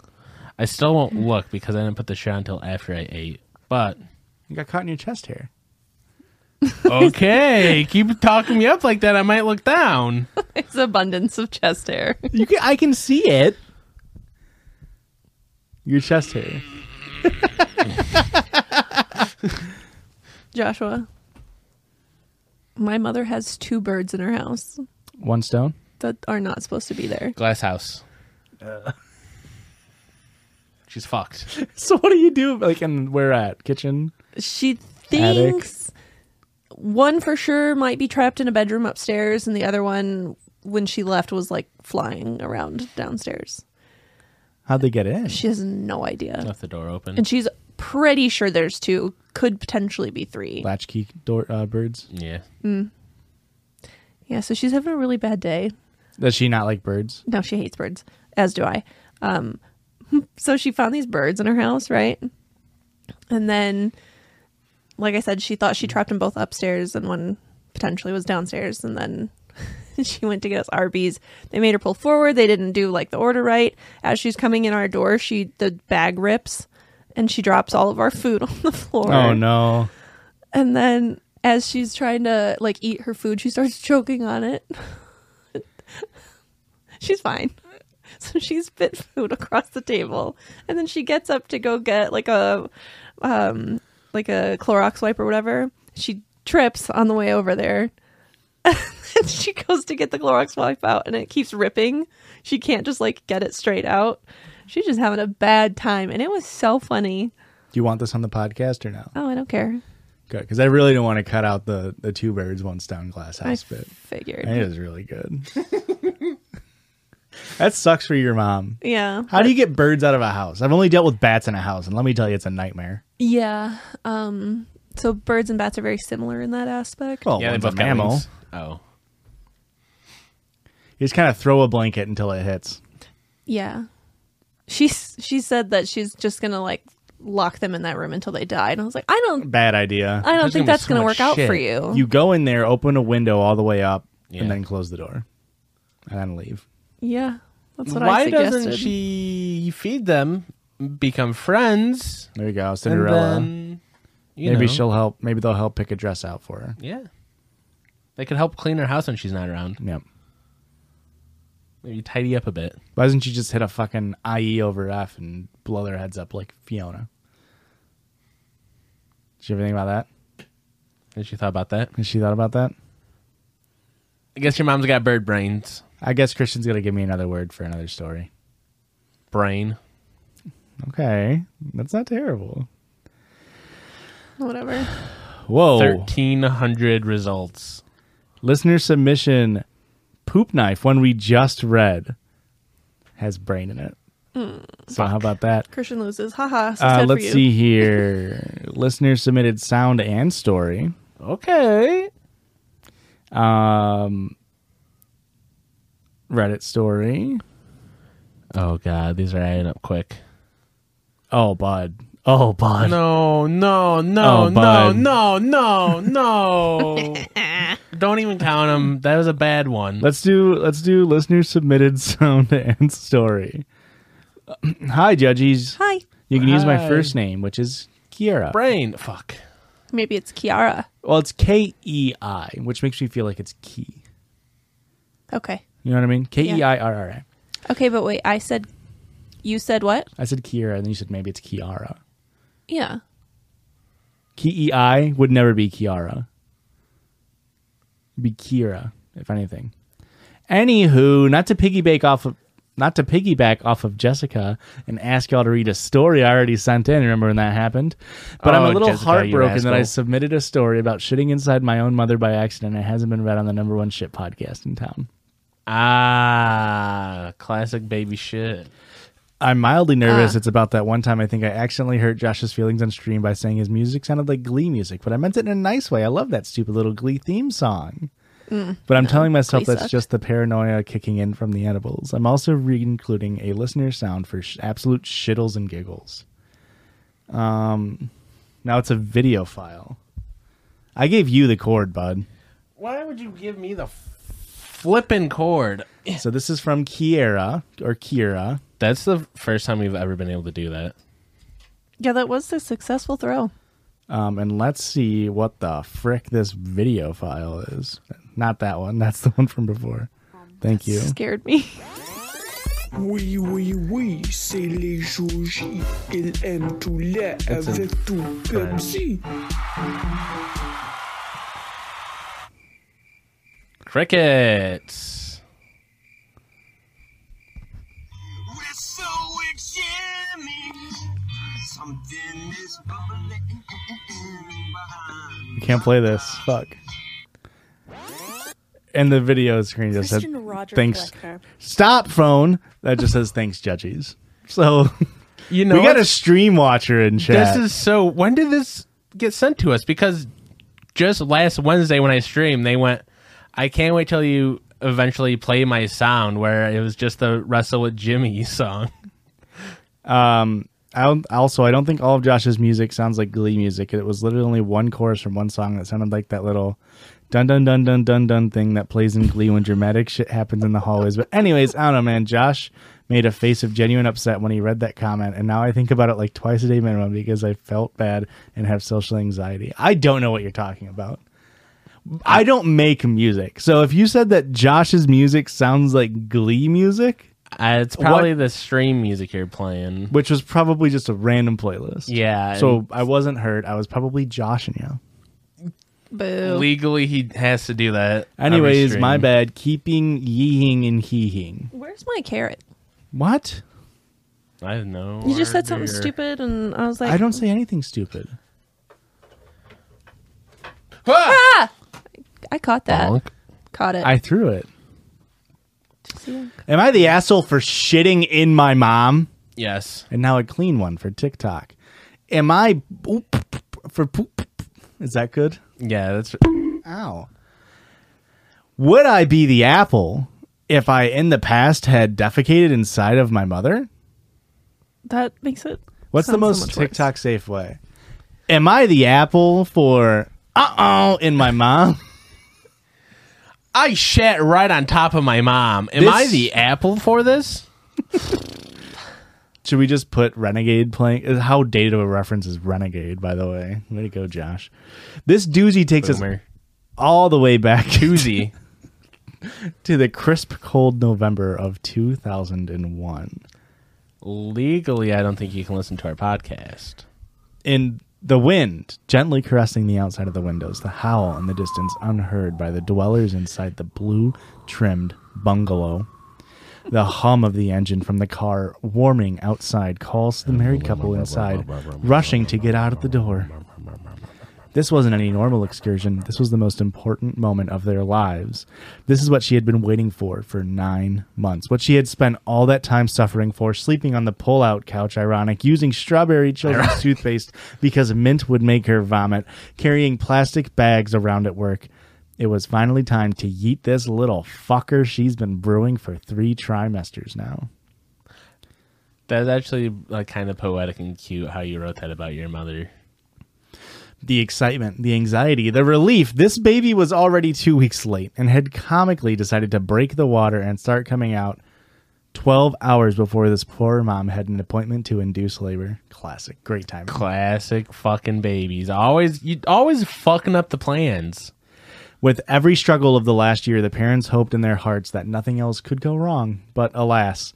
[SPEAKER 3] I still won't look because I didn't put the shot until after I ate. But
[SPEAKER 1] You got caught in your chest hair.
[SPEAKER 3] okay, keep talking me up like that. I might look down.
[SPEAKER 2] It's abundance of chest hair.
[SPEAKER 1] You can, I can see it. Your chest hair.
[SPEAKER 2] Joshua, my mother has two birds in her house
[SPEAKER 1] One stone.
[SPEAKER 2] that are not supposed to be there.
[SPEAKER 3] Glass house.
[SPEAKER 2] Uh.
[SPEAKER 3] She's fucked.
[SPEAKER 1] So what do you do? Like, and where at? Kitchen.
[SPEAKER 2] She thinks one for sure might be trapped in a bedroom upstairs, and the other one, when she left, was like flying around downstairs.
[SPEAKER 1] How'd they get in?
[SPEAKER 2] She has no idea.
[SPEAKER 3] Left the door open.
[SPEAKER 2] And she's pretty sure there's two, could potentially be three.
[SPEAKER 1] Latchkey door uh, birds.
[SPEAKER 3] Yeah.
[SPEAKER 2] Yeah, so she's having a really bad day.
[SPEAKER 1] Does she not like birds?
[SPEAKER 2] No, she hates birds, as do I. Um, so she found these birds in her house, right? And then, like I said, she thought she trapped them both upstairs and one potentially was downstairs. And then she went to get us Arby's. They made her pull forward. They didn't do like the order right. As she's coming in our door, she the bag rips and she drops all of our food on the floor.
[SPEAKER 1] Oh no.
[SPEAKER 2] And then as she's trying to like eat her food, she starts choking on it. she's fine. So she spit food across the table. And then she gets up to go get like a um like a Clorox wipe or whatever. She trips on the way over there. and she goes to get the Clorox wipe out and it keeps ripping. She can't just like get it straight out. She's just having a bad time and it was so funny.
[SPEAKER 1] Do you want this on the podcast or no?
[SPEAKER 2] Oh, I don't care.
[SPEAKER 1] Good, because I really don't want to cut out the the two birds, one stone glass
[SPEAKER 2] I
[SPEAKER 1] house bit.
[SPEAKER 2] figured.
[SPEAKER 1] It is really good. that sucks for your mom.
[SPEAKER 2] yeah.
[SPEAKER 1] How do you get birds out of a house? I've only dealt with bats in a house, and let me tell you, it's a nightmare.
[SPEAKER 2] Yeah. Um so birds and bats are very similar in that aspect.
[SPEAKER 1] Well,
[SPEAKER 3] Yeah, they
[SPEAKER 1] one's
[SPEAKER 3] both
[SPEAKER 1] a
[SPEAKER 3] got
[SPEAKER 1] mammal.
[SPEAKER 3] wings. Oh.
[SPEAKER 1] You just kind of throw a blanket until it hits.
[SPEAKER 2] Yeah. She s- she said that she's just going to like lock them in that room until they die. And I was like, I don't
[SPEAKER 1] Bad idea.
[SPEAKER 2] I don't think
[SPEAKER 3] There's gonna be
[SPEAKER 2] that's
[SPEAKER 3] so
[SPEAKER 2] going to
[SPEAKER 3] much
[SPEAKER 2] work out for
[SPEAKER 3] shit.
[SPEAKER 2] you.
[SPEAKER 1] you go in there, open a window all the way up,
[SPEAKER 3] Yeah.
[SPEAKER 1] and then close the door, and then leave.
[SPEAKER 2] Yeah. That's what I
[SPEAKER 3] Why
[SPEAKER 2] suggested.
[SPEAKER 3] doesn't she feed them, become friends,
[SPEAKER 1] There you go,
[SPEAKER 3] and
[SPEAKER 1] Cinderella.
[SPEAKER 3] then, you
[SPEAKER 1] Maybe
[SPEAKER 3] know.
[SPEAKER 1] she'll help. Maybe they'll help pick a dress out for her.
[SPEAKER 3] Yeah. They could help clean her house when she's not around.
[SPEAKER 1] Yep.
[SPEAKER 3] Maybe tidy up a bit.
[SPEAKER 1] Why doesn't she just hit a fucking IE over F and blow their heads up like Fiona? Did you ever think about that?
[SPEAKER 3] Did you thought about that?
[SPEAKER 1] Has she thought about that?
[SPEAKER 3] I guess your mom's got bird brains.
[SPEAKER 1] I guess Christian's gonna give me another word for another story.
[SPEAKER 3] Brain.
[SPEAKER 1] Okay, that's not terrible.
[SPEAKER 2] Whatever.
[SPEAKER 3] Oh.
[SPEAKER 1] Whoa.
[SPEAKER 3] Thirteen hundred results.
[SPEAKER 1] Listener submission poop knife, one we just read, has brain in it. so how about that?
[SPEAKER 2] Christian loses. Haha. So
[SPEAKER 1] Uh,
[SPEAKER 2] sad
[SPEAKER 1] let's
[SPEAKER 2] for you.
[SPEAKER 1] see here. Listener submitted sound and story.
[SPEAKER 3] Okay.
[SPEAKER 1] Um, Reddit story.
[SPEAKER 3] Oh god, these are adding up quick.
[SPEAKER 1] Oh, bud. Oh, bud.
[SPEAKER 3] No, no, no,
[SPEAKER 1] Oh,
[SPEAKER 3] no,
[SPEAKER 1] bud.
[SPEAKER 3] no, no, no. Don't even count them. That was a bad one.
[SPEAKER 1] Let's do let's do listener submitted sound and story. Hi, judges.
[SPEAKER 2] Hi.
[SPEAKER 1] You can use
[SPEAKER 3] Hi.
[SPEAKER 1] my first name, which is Kiera.
[SPEAKER 3] Brain. Fuck.
[SPEAKER 2] Maybe it's Kiara.
[SPEAKER 1] Well, it's K E I, which makes me feel like it's key.
[SPEAKER 2] Okay.
[SPEAKER 1] You know what I mean? K E I R R A.
[SPEAKER 2] Okay, but wait. I said, you said what?
[SPEAKER 1] I said Kiera, and then you said maybe it's Kiara.
[SPEAKER 2] Yeah.
[SPEAKER 1] K E I would never be Kiara. It'd be Kira, if anything. Anywho, not to piggyback off of not to piggyback off of Jessica and ask y'all to read a story I already sent in. Remember when that happened? But I'm
[SPEAKER 3] Oh,
[SPEAKER 1] a little
[SPEAKER 3] Jessica, you
[SPEAKER 1] heartbroken that I
[SPEAKER 3] rascal.
[SPEAKER 1] submitted a story about shitting inside my own mother by accident. and It hasn't been read on the number one shit podcast in town.
[SPEAKER 3] Ah, classic baby shit.
[SPEAKER 1] I'm mildly nervous.
[SPEAKER 2] Ah.
[SPEAKER 1] It's about that one time I think I accidentally hurt Josh's feelings on stream by saying his music sounded like Glee music, but I meant it in a nice way. I love that stupid little Glee theme song. but I'm telling myself
[SPEAKER 2] Mm, Glee
[SPEAKER 1] that's
[SPEAKER 2] sucked.
[SPEAKER 1] just the paranoia kicking in from the edibles. I'm also re-including a listener sound for sh- absolute shittles and giggles. Um, now it's a video file. I gave you the chord, bud.
[SPEAKER 3] Why would you give me the flipping cord?
[SPEAKER 1] So this is from Kiera or Kiera.
[SPEAKER 3] That's the first time we've ever been able to do that.
[SPEAKER 2] Yeah, that was a successful throw.
[SPEAKER 1] Um, and let's see what the frick this video file is. Not that one. That's the one from before. Thank you.
[SPEAKER 2] Scared me.
[SPEAKER 5] Oui, oui, oui, c'est les Joujis. Ils aiment tout lait
[SPEAKER 3] That's
[SPEAKER 5] avec
[SPEAKER 3] in
[SPEAKER 5] tout Pepsi.
[SPEAKER 3] Crickets.
[SPEAKER 6] We're so examining. Something is bubbling behind.
[SPEAKER 1] We can't play this. Fuck. And the video screen just said,
[SPEAKER 4] Christian Roger
[SPEAKER 1] "Thanks."
[SPEAKER 4] Fleckner.
[SPEAKER 1] Stop phone. That just says, "Thanks, judges." So
[SPEAKER 3] You know,
[SPEAKER 1] we got
[SPEAKER 3] what?
[SPEAKER 1] a stream watcher in chat.
[SPEAKER 3] this is so. When did this get sent to us? Because just last Wednesday when I streamed, they went, "I can't wait till you eventually play my sound," where it was just the "Wrestle with Jimmy" song.
[SPEAKER 1] Um, I don't, also, I don't think all of Josh's music sounds like Glee music. It was literally only one chorus from one song that sounded like that little dun dun dun dun dun dun thing that plays in Glee when dramatic shit happens in the hallways. But anyways, I don't know, man. Josh made a face of genuine upset when he read that comment, and now I think about it like twice a day minimum because I felt bad and have social anxiety. I don't know what you're talking about. I don't make music, so if you said that Josh's music sounds like Glee music,
[SPEAKER 3] Uh, it's probably the stream music you're playing.
[SPEAKER 1] which was probably just a random playlist,
[SPEAKER 3] Yeah.
[SPEAKER 1] So I wasn't hurt. I was probably joshing you.
[SPEAKER 2] Boo.
[SPEAKER 3] and legally, he has to do that. every
[SPEAKER 1] Anyways,
[SPEAKER 3] stream.
[SPEAKER 1] my bad. Keeping yeeing and heeing.
[SPEAKER 2] Where's my carrot?
[SPEAKER 1] What?
[SPEAKER 3] I don't know.
[SPEAKER 2] You just said something
[SPEAKER 3] Arthur.
[SPEAKER 2] stupid, and I was like,
[SPEAKER 1] I don't say anything stupid.
[SPEAKER 3] Ah!
[SPEAKER 2] I caught that.
[SPEAKER 3] Bonk.
[SPEAKER 2] Caught it.
[SPEAKER 1] I threw it.
[SPEAKER 2] See?
[SPEAKER 1] Am I the asshole for shitting in my mom?
[SPEAKER 3] Yes.
[SPEAKER 1] And now a clean one for TikTok. Am I oop, for poop? Is that good?
[SPEAKER 3] Yeah. That's.
[SPEAKER 1] Ow. Would I be the apple if I in the past had defecated inside of my mother?
[SPEAKER 2] That makes it.
[SPEAKER 1] What's the
[SPEAKER 2] sound so
[SPEAKER 1] most
[SPEAKER 2] much worse.
[SPEAKER 1] TikTok safe way? Am I the apple for uh oh in my mom?
[SPEAKER 3] I shat right on top of my mom. Am
[SPEAKER 1] This-
[SPEAKER 3] I the apple for this?
[SPEAKER 1] Should we just put Renegade playing? uh, How dated of a reference is Renegade, by the way? Way to go, Josh. This doozy takes us
[SPEAKER 3] Boomer.
[SPEAKER 1] all the way back
[SPEAKER 3] Doozy.
[SPEAKER 1] to the crisp, cold November of 2001.
[SPEAKER 3] Legally, I don't think you can listen to our podcast.
[SPEAKER 1] in the wind, gently caressing the outside of the windows, the howl in the distance unheard by the dwellers inside the blue trimmed bungalow. The hum of the engine from the car warming outside calls to the married couple inside, rushing to get out of the door. This wasn't any normal excursion. This was the most important moment of their lives. This is what she had been waiting for for nine months. What she had spent all that time suffering for, sleeping on the pull-out couch, ironic, using strawberry children's toothpaste because mint would make her vomit, carrying plastic bags around at work. It was finally time to yeet this little fucker she's been brewing for three trimesters now.
[SPEAKER 3] That's actually like kind of poetic and cute how you wrote that about your mother.
[SPEAKER 1] the excitement, the anxiety, the relief. This baby was already two weeks late and had comically decided to break the water and start coming out 12 hours before this poor mom had an appointment to induce labor. Classic. Great time.
[SPEAKER 3] Classic fucking babies. Always you always fucking up the plans.
[SPEAKER 1] With every struggle of the last year, the parents hoped in their hearts that nothing else could go wrong. But alas,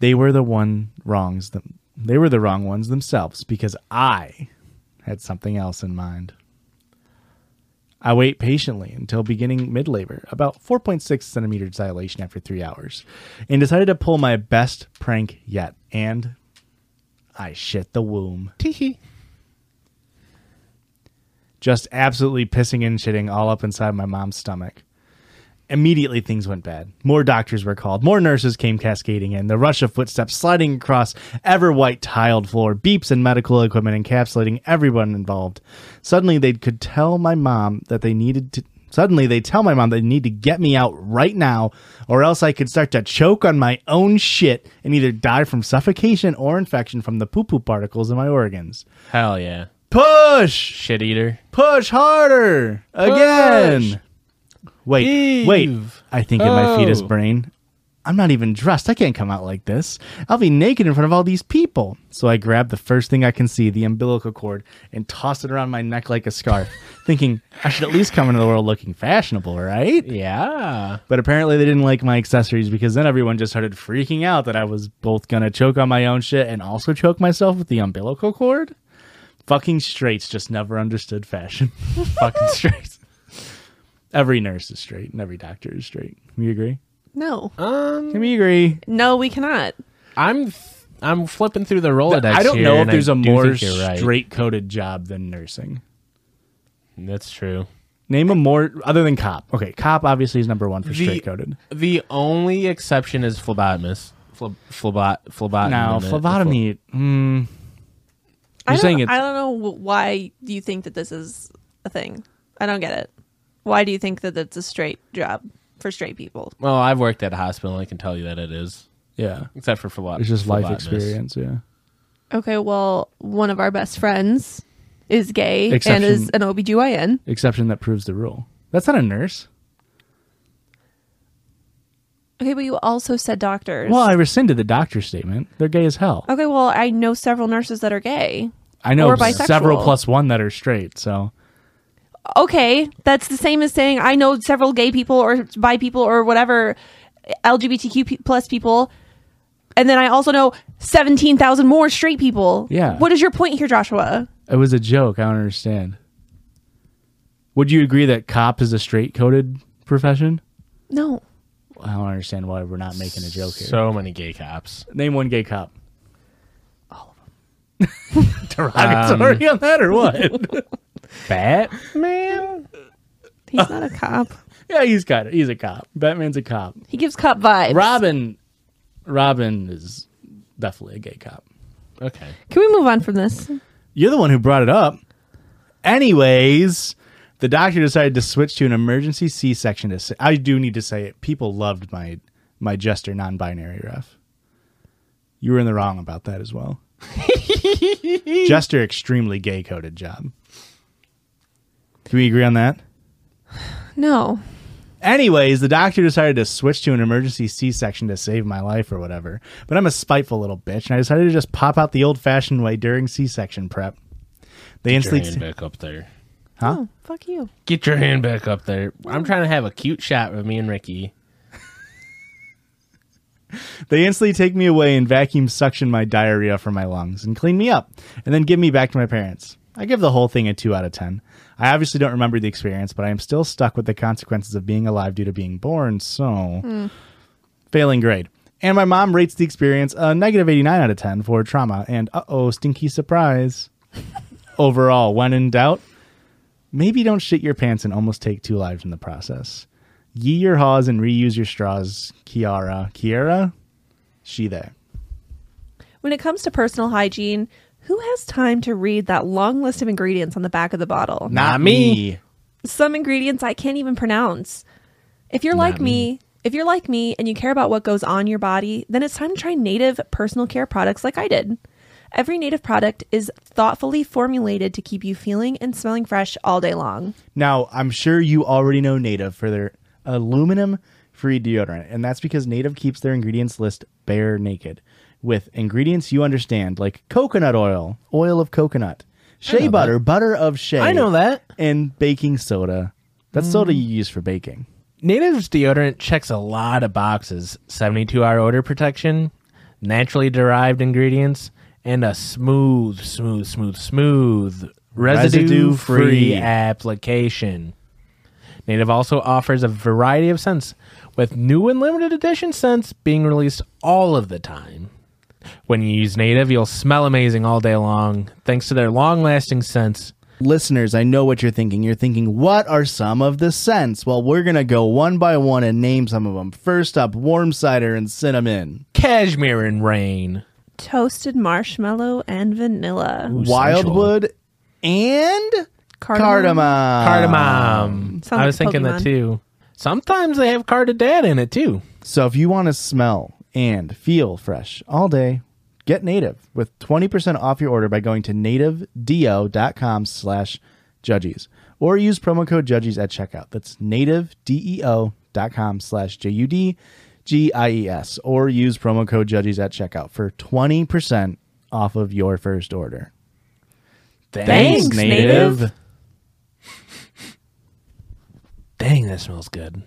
[SPEAKER 1] they were the one wrongs. Them- they were the wrong ones themselves because I had something else in mind. I wait patiently until beginning mid labor, about 4.6 centimeters dilation after three hours, and decided to pull my best prank yet. And I shit the womb
[SPEAKER 3] Teehee.
[SPEAKER 1] just absolutely pissing and shitting all up inside my mom's stomach. Immediately, things went bad. More doctors were called. More nurses came cascading in. The rush of footsteps sliding across ever white tiled floor, beeps and medical equipment encapsulating everyone involved. Suddenly, they could tell my mom that they needed to. Suddenly, they tell my mom they need to get me out right now, or else I could start to choke on my own shit and either die from suffocation or infection from the poo poo particles in my organs.
[SPEAKER 3] Hell yeah.
[SPEAKER 1] Push!
[SPEAKER 3] Shit eater.
[SPEAKER 1] push harder again. Wait, wait.
[SPEAKER 3] Eve.
[SPEAKER 1] I think in my
[SPEAKER 3] Oh.
[SPEAKER 1] fetus brain, I'm not even dressed. I can't come out like this. I'll be naked in front of all these people. So I grab the first thing I can see, the umbilical cord, and toss it around my neck like a scarf, thinking I should at least come into the world looking fashionable, right?
[SPEAKER 3] Yeah.
[SPEAKER 1] But apparently they didn't like my accessories because then everyone just started freaking out that I was both gonna choke on my own shit and also choke myself with the umbilical cord. Fucking straights just never understood fashion. Fucking straights. Every nurse is straight and every doctor is straight. We agree?
[SPEAKER 2] No.
[SPEAKER 1] Can we agree?
[SPEAKER 2] No, we cannot.
[SPEAKER 3] I'm th- I'm flipping through the Rolodex.
[SPEAKER 1] I don't
[SPEAKER 3] here,
[SPEAKER 1] know if
[SPEAKER 3] and
[SPEAKER 1] there's
[SPEAKER 3] I
[SPEAKER 1] a
[SPEAKER 3] do
[SPEAKER 1] more
[SPEAKER 3] think you're right.
[SPEAKER 1] straight coded job than nursing.
[SPEAKER 3] That's true.
[SPEAKER 1] Name a more other than cop. Okay, cop obviously is number one for
[SPEAKER 3] The-
[SPEAKER 1] straight coded.
[SPEAKER 3] The only exception is phlebotomist. Phle- phlebot- phlebotomy.
[SPEAKER 1] Now phlebotomy. Mm,
[SPEAKER 2] I
[SPEAKER 1] You're
[SPEAKER 2] don't,
[SPEAKER 1] saying it-
[SPEAKER 2] I don't know wh- why you think that this is a thing. I don't get it. Why do you think that it's a straight job for straight people?
[SPEAKER 3] Well, I've worked at a hospital. and I can tell you that it is,
[SPEAKER 1] yeah,
[SPEAKER 3] except for phlebot-
[SPEAKER 1] it's just life
[SPEAKER 3] phlebotomist.
[SPEAKER 1] experience. Yeah.
[SPEAKER 2] Okay, well, one of our best friends is gay
[SPEAKER 1] Exception-
[SPEAKER 2] and is an OBGYN.
[SPEAKER 1] exception that proves the rule. That's not a nurse.
[SPEAKER 2] Okay, but you also said doctors.
[SPEAKER 1] Well, I rescinded the doctor's statement. They're gay as hell.
[SPEAKER 2] okay, well, I know several nurses that are gay.
[SPEAKER 1] I know
[SPEAKER 2] Oh, or bisexual.
[SPEAKER 1] several plus one that are straight. So
[SPEAKER 2] Okay, that's the same as saying I know several gay people or bi people or whatever LGBTQ pe- plus people. And then I also know 17,000 more straight people.
[SPEAKER 1] Yeah.
[SPEAKER 2] What is your point here, Joshua?
[SPEAKER 1] it was a joke. I don't understand. Would you agree that cop is a straight coded profession?
[SPEAKER 2] No.
[SPEAKER 1] I don't understand why we're not making a joke here.
[SPEAKER 3] So many gay cops.
[SPEAKER 1] Name one gay cop. All of them. Derogatory on that or what?
[SPEAKER 3] Batman.
[SPEAKER 2] He's not a cop.
[SPEAKER 1] yeah, he's got it. He's a cop. Batman's a cop.
[SPEAKER 2] He gives cop vibes.
[SPEAKER 1] Robin, Robin is definitely a gay cop.
[SPEAKER 3] Okay.
[SPEAKER 2] Can we move on from this?
[SPEAKER 1] You're the one who brought it up. Anyways, the doctor decided to switch to an emergency C-section. To say, I do need to say it. People loved my my jester non-binary ref. You were in the wrong about that as well. jester extremely gay coded job. Do we agree on that?
[SPEAKER 2] No.
[SPEAKER 1] Anyways, the doctor decided to switch to an emergency C-section to save my life or whatever. But I'm a spiteful little bitch, and I decided to just pop out the old-fashioned way during C-section prep. They
[SPEAKER 3] Get your
[SPEAKER 1] instantly
[SPEAKER 3] hand back up there.
[SPEAKER 2] Oh, fuck you.
[SPEAKER 3] Get your hand back up there. I'm trying to have a cute shot with me and Ricky.
[SPEAKER 1] They instantly take me away and vacuum suction my diarrhea from my lungs and clean me up, and then give me back to my parents. I give the whole thing a 2 out of 10. I obviously don't remember the experience, but I am still stuck with the consequences of being alive due to being born, so. Failing grade. And my mom rates the experience a negative 89 out of 10 for trauma and uh oh, stinky surprise. Overall, when in doubt, Maybe don't shit your pants and almost take two lives in the process. Ye your haws and reuse your straws. Kiara. Kiara? She there.
[SPEAKER 2] When it comes to personal hygiene, who has time to read that long list of ingredients on the back of the bottle?
[SPEAKER 3] Not me.
[SPEAKER 2] Some ingredients I can't even pronounce. If you're like me, if you're like me and you care about what goes on your body, then it's time to try native personal care products like I did. Every native product is thoughtfully formulated to keep you feeling and smelling fresh all day long.
[SPEAKER 1] Now, I'm sure you already know Native for their aluminum free deodorant, and that's because Native keeps their ingredients list bare naked with ingredients you understand, like coconut oil, oil of coconut, shea butter, butter of shea.
[SPEAKER 7] I know that. Mm.
[SPEAKER 1] And baking soda. That's soda you use for baking.
[SPEAKER 7] Native's deodorant checks a lot of boxes 72 hour odor protection, naturally derived ingredients, and a smooth, smooth, smooth, smooth residue
[SPEAKER 1] Residue-free.
[SPEAKER 7] free application. Native also offers a variety of scents, with new and limited edition scents being released all of the time. When you use Native, you'll smell amazing all day long thanks to their long lasting scents.
[SPEAKER 1] Listeners, I know what you're thinking. You're thinking, what are some of the scents? Well, we're going to go one by one and name some of them. First up, warm cider and cinnamon.
[SPEAKER 7] Cashmere and rain.
[SPEAKER 2] Toasted marshmallow and vanilla.
[SPEAKER 1] Wildwood and cardamom.
[SPEAKER 3] Um,
[SPEAKER 7] cardamom.
[SPEAKER 2] Sounds
[SPEAKER 7] I was
[SPEAKER 2] like
[SPEAKER 7] thinking
[SPEAKER 2] Pokemon.
[SPEAKER 7] that too. Sometimes they have cardadad in it too.
[SPEAKER 1] So if you want to smell and feel fresh all day, get Native with 20% off your order by going to nativedo.com slash judges or use promo code judges at checkout. That's nativedeo.com slash J-U-D-G-I-E-S E or use promo code judges at checkout for 20% off of your first order.
[SPEAKER 2] Thanks, Native.
[SPEAKER 7] Dang, that smells good.
[SPEAKER 3] Use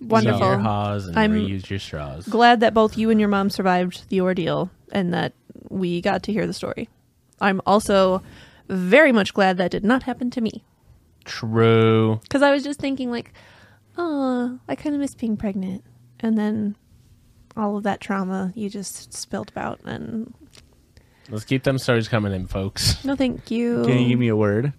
[SPEAKER 3] your
[SPEAKER 2] Wonderful.
[SPEAKER 3] haws and
[SPEAKER 2] I'm-
[SPEAKER 3] reuse your straws.
[SPEAKER 2] Glad that both you and your mom survived the ordeal and that we got to hear the story. I'm also very much glad that did not happen to me
[SPEAKER 3] True.
[SPEAKER 2] because I was just thinking like, oh, I kind of miss being pregnant, and then all of that trauma you just spilled about, and
[SPEAKER 3] Let's keep them stories coming in, folks.
[SPEAKER 2] no, thank you.
[SPEAKER 1] Can you give me a word?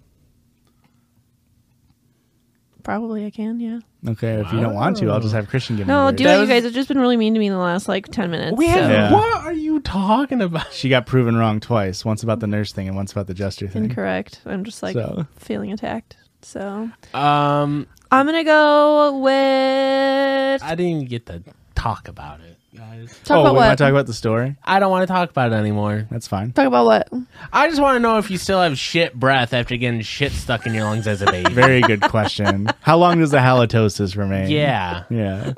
[SPEAKER 2] Probably I can, yeah.
[SPEAKER 1] Okay, if you don't want to, I'll just have Christian give me a
[SPEAKER 2] No,
[SPEAKER 1] word.
[SPEAKER 2] do it, you guys have just been really mean to me in the last like ten minutes.
[SPEAKER 3] We have.
[SPEAKER 2] so-
[SPEAKER 1] Yeah.
[SPEAKER 3] What are you talking about?
[SPEAKER 1] she got proven wrong twice, once about the nurse thing and once about the jester thing.
[SPEAKER 2] incorrect. I'm just like
[SPEAKER 1] So.
[SPEAKER 2] feeling attacked. So
[SPEAKER 3] Um,
[SPEAKER 2] I'm gonna go with
[SPEAKER 3] I didn't even get to talk about it, guys.
[SPEAKER 2] talk
[SPEAKER 1] oh,
[SPEAKER 2] about
[SPEAKER 1] we
[SPEAKER 2] what.
[SPEAKER 1] want to talk about the story?
[SPEAKER 3] I don't want to talk about it anymore.
[SPEAKER 1] That's fine.
[SPEAKER 2] Talk about what?
[SPEAKER 3] I just want to know if you still have shit breath after getting shit stuck in your lungs as a baby.
[SPEAKER 1] Very good question. How long does the halitosis remain?
[SPEAKER 3] yeah.
[SPEAKER 1] Yeah.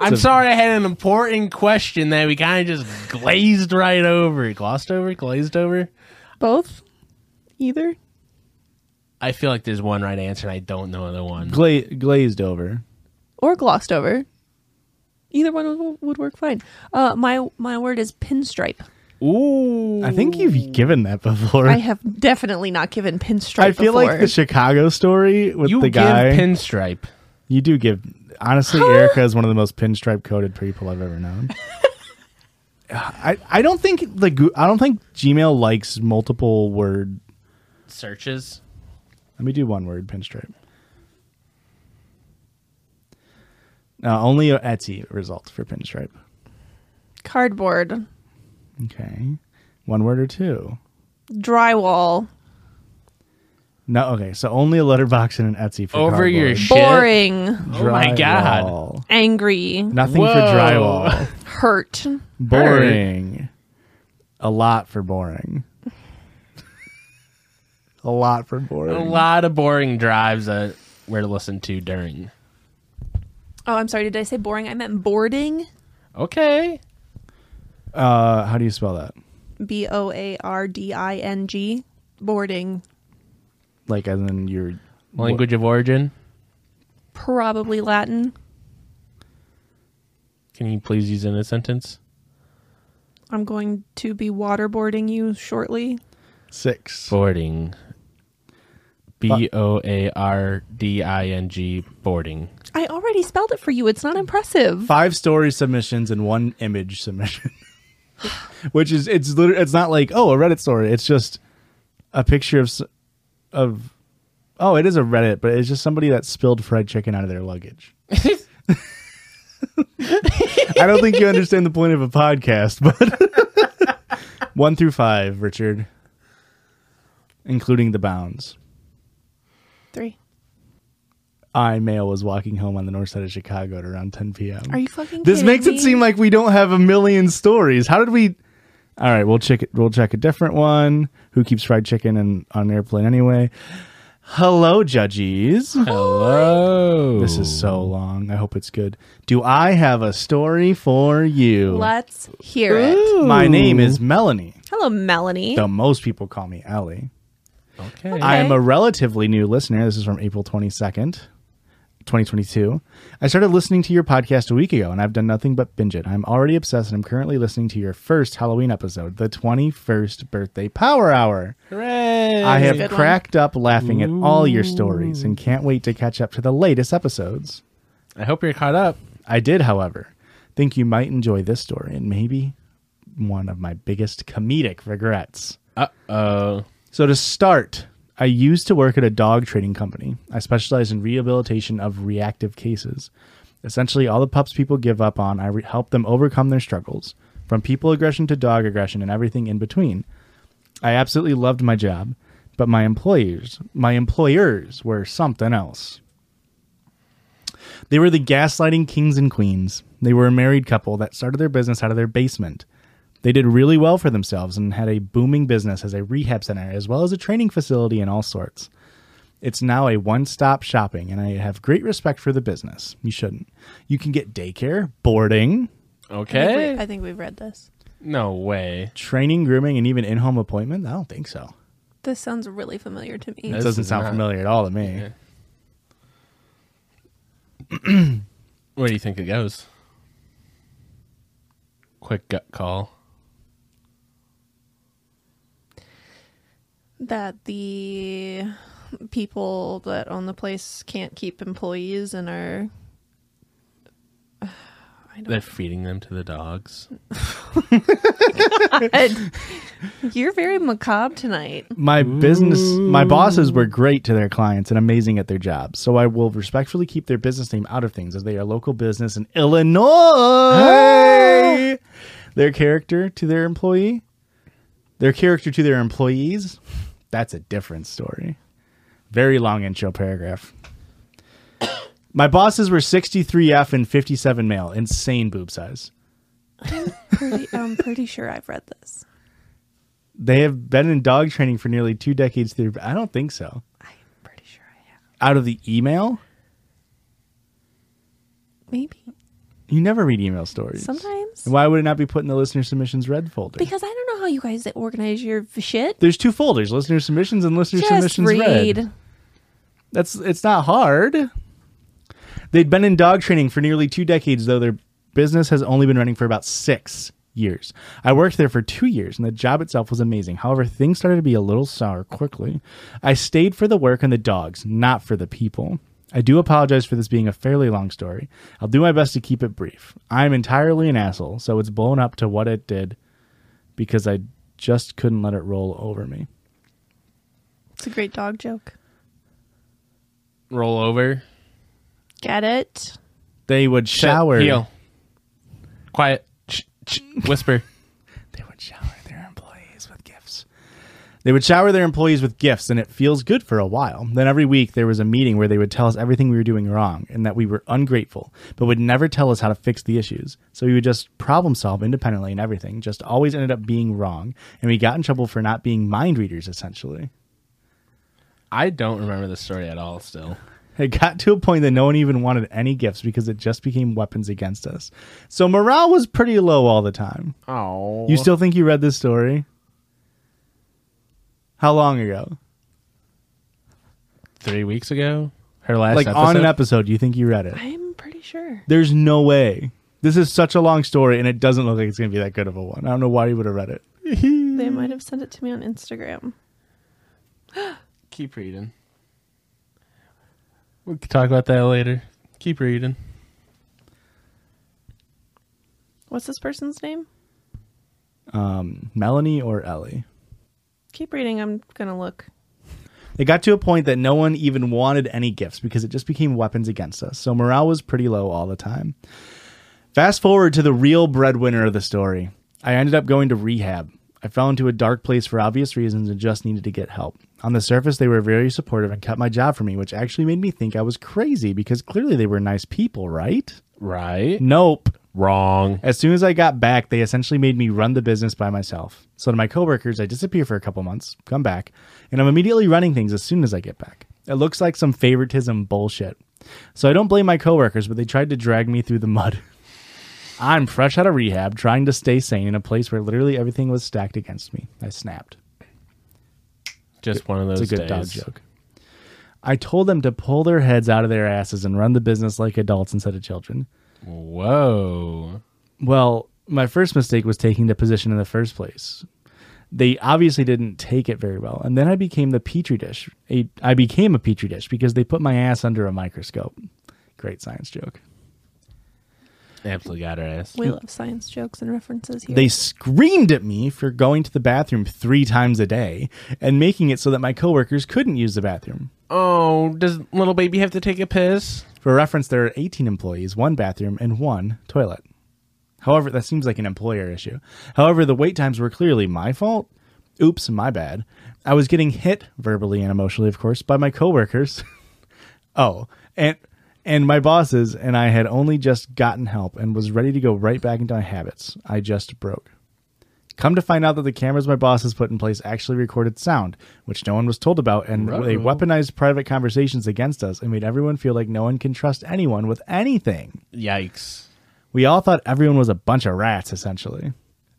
[SPEAKER 3] I'm sorry I had an important question that we kind of just glazed right over. Glossed over? Glazed over?
[SPEAKER 2] Both? Either?
[SPEAKER 3] I feel like there's one right answer and I don't know the one.
[SPEAKER 1] Gla- glazed over.
[SPEAKER 2] Or glossed over? Either one would, would work fine. Uh, my my word is pinstripe.
[SPEAKER 3] Ooh.
[SPEAKER 1] I think you've given that before.
[SPEAKER 2] I have definitely not given pinstripe.
[SPEAKER 1] I feel like
[SPEAKER 2] before.
[SPEAKER 1] the Chicago story with
[SPEAKER 3] you
[SPEAKER 1] the
[SPEAKER 3] give
[SPEAKER 1] guy.
[SPEAKER 3] pinstripe.
[SPEAKER 1] you do give. Honestly, Erica is one of the most pinstripe coded people I've ever known. I, I don't think the Goo- I don't think Gmail likes multiple word.
[SPEAKER 3] Searches.
[SPEAKER 1] Let me do one word pinstripe. No, only a Etsy result for pinstripe.
[SPEAKER 2] cardboard,
[SPEAKER 1] Okay, one word or two.
[SPEAKER 2] drywall,
[SPEAKER 1] No, okay. So only a letterbox and an Etsy for
[SPEAKER 3] Over
[SPEAKER 1] cardboard.
[SPEAKER 3] your shit.
[SPEAKER 2] boring,
[SPEAKER 3] Oh my god.
[SPEAKER 1] Drywall.
[SPEAKER 2] angry,
[SPEAKER 1] Nothing for
[SPEAKER 3] Whoa.
[SPEAKER 1] drywall.
[SPEAKER 2] hurt, Oh,
[SPEAKER 1] boring. A lot for boring. a lot for boring.
[SPEAKER 3] A lot of boring drives that we're to listen to during.
[SPEAKER 2] Oh, I'm sorry. Did I say boring? I meant boarding.
[SPEAKER 3] Okay.
[SPEAKER 1] Uh, how do you spell that?
[SPEAKER 2] B O A R D I N G. Boarding.
[SPEAKER 1] Like as in your
[SPEAKER 3] Language of origin.
[SPEAKER 2] Probably Latin.
[SPEAKER 3] Can you please use in a sentence?
[SPEAKER 2] I'm going to be waterboarding you shortly.
[SPEAKER 1] six.
[SPEAKER 3] Boarding. B O A R D I N G boarding.
[SPEAKER 2] I already spelled it for you. It's not impressive.
[SPEAKER 1] Five story submissions and one image submission. Which is it's literally it's not like oh a Reddit story. It's just a picture of s- of Oh, it is a Reddit, but it's just somebody that spilled fried chicken out of their luggage. I don't think you understand the point of a podcast, but one through five, Richard, including the bounds.
[SPEAKER 2] Three.
[SPEAKER 1] I male was walking home on the north side of Chicago at around 10 p.m.
[SPEAKER 2] Are you fucking
[SPEAKER 1] This
[SPEAKER 2] kidding
[SPEAKER 1] makes
[SPEAKER 2] me?
[SPEAKER 1] it seem like we don't have a million stories. How did we? All right, we'll check it. We'll check a different one. Who keeps fried chicken and on an airplane anyway? Hello, judges.
[SPEAKER 7] Hello.
[SPEAKER 1] This is so long. I hope it's good. Do I have a story for you?
[SPEAKER 2] Let's hear it.
[SPEAKER 1] My name is Melanie,
[SPEAKER 2] Hello, Melanie.
[SPEAKER 1] though most people call me Ellie.
[SPEAKER 7] okay.
[SPEAKER 1] I am a relatively new listener. This is from April 22nd, 2022. I started listening to your podcast a week ago and I've done nothing but binge it. I'm already obsessed and I'm currently listening to your first Halloween episode, the 21st birthday power hour.
[SPEAKER 7] Hooray.
[SPEAKER 1] I
[SPEAKER 2] a
[SPEAKER 1] have
[SPEAKER 2] good one.
[SPEAKER 1] cracked up laughing at all your stories and can't wait to catch up to the latest episodes.
[SPEAKER 7] I hope you're caught up.
[SPEAKER 1] I did, however, think you might enjoy this story and maybe one of my biggest comedic regrets.
[SPEAKER 7] Uh,
[SPEAKER 1] So to start, I used to work at a dog trading company. I specialize in rehabilitation of reactive cases. Essentially, all the pups people give up on, I re- help them overcome their struggles, from people aggression to dog aggression and everything in between. I absolutely loved my job, but my employers, my employers were something else. They were the gaslighting kings and queens. They were a married couple that started their business out of their basement. They did really well for themselves and had a booming business as a rehab center, as well as a training facility and all sorts. It's now a one stop shopping, and I have great respect for the business. You shouldn't. You can get daycare, boarding,
[SPEAKER 2] I think we-
[SPEAKER 7] okay.
[SPEAKER 2] I think we've read this.
[SPEAKER 7] No way.
[SPEAKER 1] training, grooming, and even in home appointment. I don't think so.
[SPEAKER 2] This sounds really familiar to me.
[SPEAKER 1] It
[SPEAKER 7] This
[SPEAKER 1] doesn't
[SPEAKER 7] is
[SPEAKER 1] sound
[SPEAKER 7] not-
[SPEAKER 1] familiar at all to me.
[SPEAKER 7] Where do you think it goes? Quick gut call.
[SPEAKER 2] that the people that own the place can't keep employees and are I
[SPEAKER 7] They're
[SPEAKER 2] don't
[SPEAKER 7] feeding them to the dogs.
[SPEAKER 2] You're very macabre tonight.
[SPEAKER 1] my business my bosses were great to their clients and amazing at their jobs so i will respectfully keep their business name out of things as they are local business in illinois their character to their employee their character to their employees that's a different story very long intro paragraph my bosses were 63f and 57 male insane boob size
[SPEAKER 2] Pretty, I'm pretty sure I've read this.
[SPEAKER 1] they have been in dog training for nearly two decades through i don't think so
[SPEAKER 2] I'm pretty sure I have.
[SPEAKER 1] out of the email
[SPEAKER 2] Maybe
[SPEAKER 1] You never read email stories.
[SPEAKER 2] sometimes
[SPEAKER 1] Why would it not be put in the listener submissions red folder?
[SPEAKER 2] because I don't know how you guys organize your v- shit.
[SPEAKER 1] there's two folders: listener submissions and listener
[SPEAKER 2] Just
[SPEAKER 1] submissions
[SPEAKER 2] read.
[SPEAKER 1] red. That's it's not hard. They'd been in dog training for nearly two decades, though their business has only been running for about six years. I worked there for two years, and the job itself was amazing. However, things started to be a little sour quickly. I stayed for the work and the dogs, not for the people. I do apologize for this being a fairly long story. I'll do my best to keep it brief. I'm entirely an asshole, so it's blown up to what it did because I just couldn't let it roll over me.
[SPEAKER 2] It's a great dog joke.
[SPEAKER 7] Roll over.
[SPEAKER 2] Get it?
[SPEAKER 1] They would
[SPEAKER 7] Shut,
[SPEAKER 1] shower.
[SPEAKER 7] Heel. Quiet. Ch- ch- whisper.
[SPEAKER 1] They would shower their employees with gifts. They would shower their employees with gifts, and it feels good for a while. Then every week there was a meeting where they would tell us everything we were doing wrong and that we were ungrateful, but would never tell us how to fix the issues. So we would just problem solve independently and everything, just always ended up being wrong. And we got in trouble for not being mind readers, essentially.
[SPEAKER 7] I don't remember the story at all still.
[SPEAKER 1] It got to a point that no one even wanted any gifts because it just became weapons against us. So morale was pretty low all the time.
[SPEAKER 7] Oh.
[SPEAKER 1] You still think you read this story? How long ago?
[SPEAKER 7] Three weeks ago? Her last
[SPEAKER 1] like
[SPEAKER 7] episode?
[SPEAKER 1] on an episode, you think you read it?
[SPEAKER 2] I'm pretty sure.
[SPEAKER 1] There's no way. This is such a long story, and it doesn't look like it's going to be that good of a one. I don't know why you would have read it.
[SPEAKER 2] They might have sent it to me on Instagram.
[SPEAKER 7] Keep reading. We can talk about that later. Keep reading.
[SPEAKER 2] What's this person's name?
[SPEAKER 1] Melanie or Ellie?
[SPEAKER 2] Keep reading. I'm gonna look.
[SPEAKER 1] It got to a point that no one even wanted any gifts because it just became weapons against us. So morale was pretty low all the time. Fast forward to the real breadwinner of the story. I ended up going to rehab. I fell into a dark place for obvious reasons and just needed to get help. On the surface, they were very supportive and cut my job for me, which actually made me think I was crazy because clearly they were nice people, right?
[SPEAKER 3] Right?
[SPEAKER 1] Nope.
[SPEAKER 3] Wrong.
[SPEAKER 1] As soon as I got back, they essentially made me run the business by myself. So to my coworkers, I disappear for a couple months, come back, and I'm immediately running things as soon as I get back. It looks like some favoritism bullshit. So I don't blame my coworkers, but they tried to drag me through the mud. I'm fresh out of rehab, trying to stay sane in a place where literally everything was stacked against me. I snapped.
[SPEAKER 3] Just one of those
[SPEAKER 1] It's a good dog
[SPEAKER 3] days.
[SPEAKER 1] joke. I told them to pull their heads out of their asses and run the business like adults instead of children.
[SPEAKER 3] Whoa.
[SPEAKER 1] Well, my first mistake was taking the position in the first place. They obviously didn't take it very well, and then I became the petri dish. A- I became a petri dish because they put my ass under a microscope. Great science joke.
[SPEAKER 3] Absolutely got her ass.
[SPEAKER 2] We love science jokes and references here.
[SPEAKER 1] Mm. They screamed at me for going to the bathroom three times a day and making it so that my coworkers couldn't use the bathroom.
[SPEAKER 3] Oh, does little baby have to take a piss?
[SPEAKER 1] For reference, there are 18 employees, one bathroom, and one toilet. However, that seems like an employer issue. However, the wait times were clearly my fault. Oops, my bad. I was getting hit verbally and emotionally, of course, by my coworkers. oh, and and my bosses and I had only just gotten help and was ready to go right back into my habits. I just broke. Come to find out that the cameras my bosses put in place actually recorded sound, which no one was told about, and they weaponized private conversations against us and made everyone feel like no one can trust anyone with anything.
[SPEAKER 3] Yikes.
[SPEAKER 1] We all thought everyone was a bunch of rats, essentially.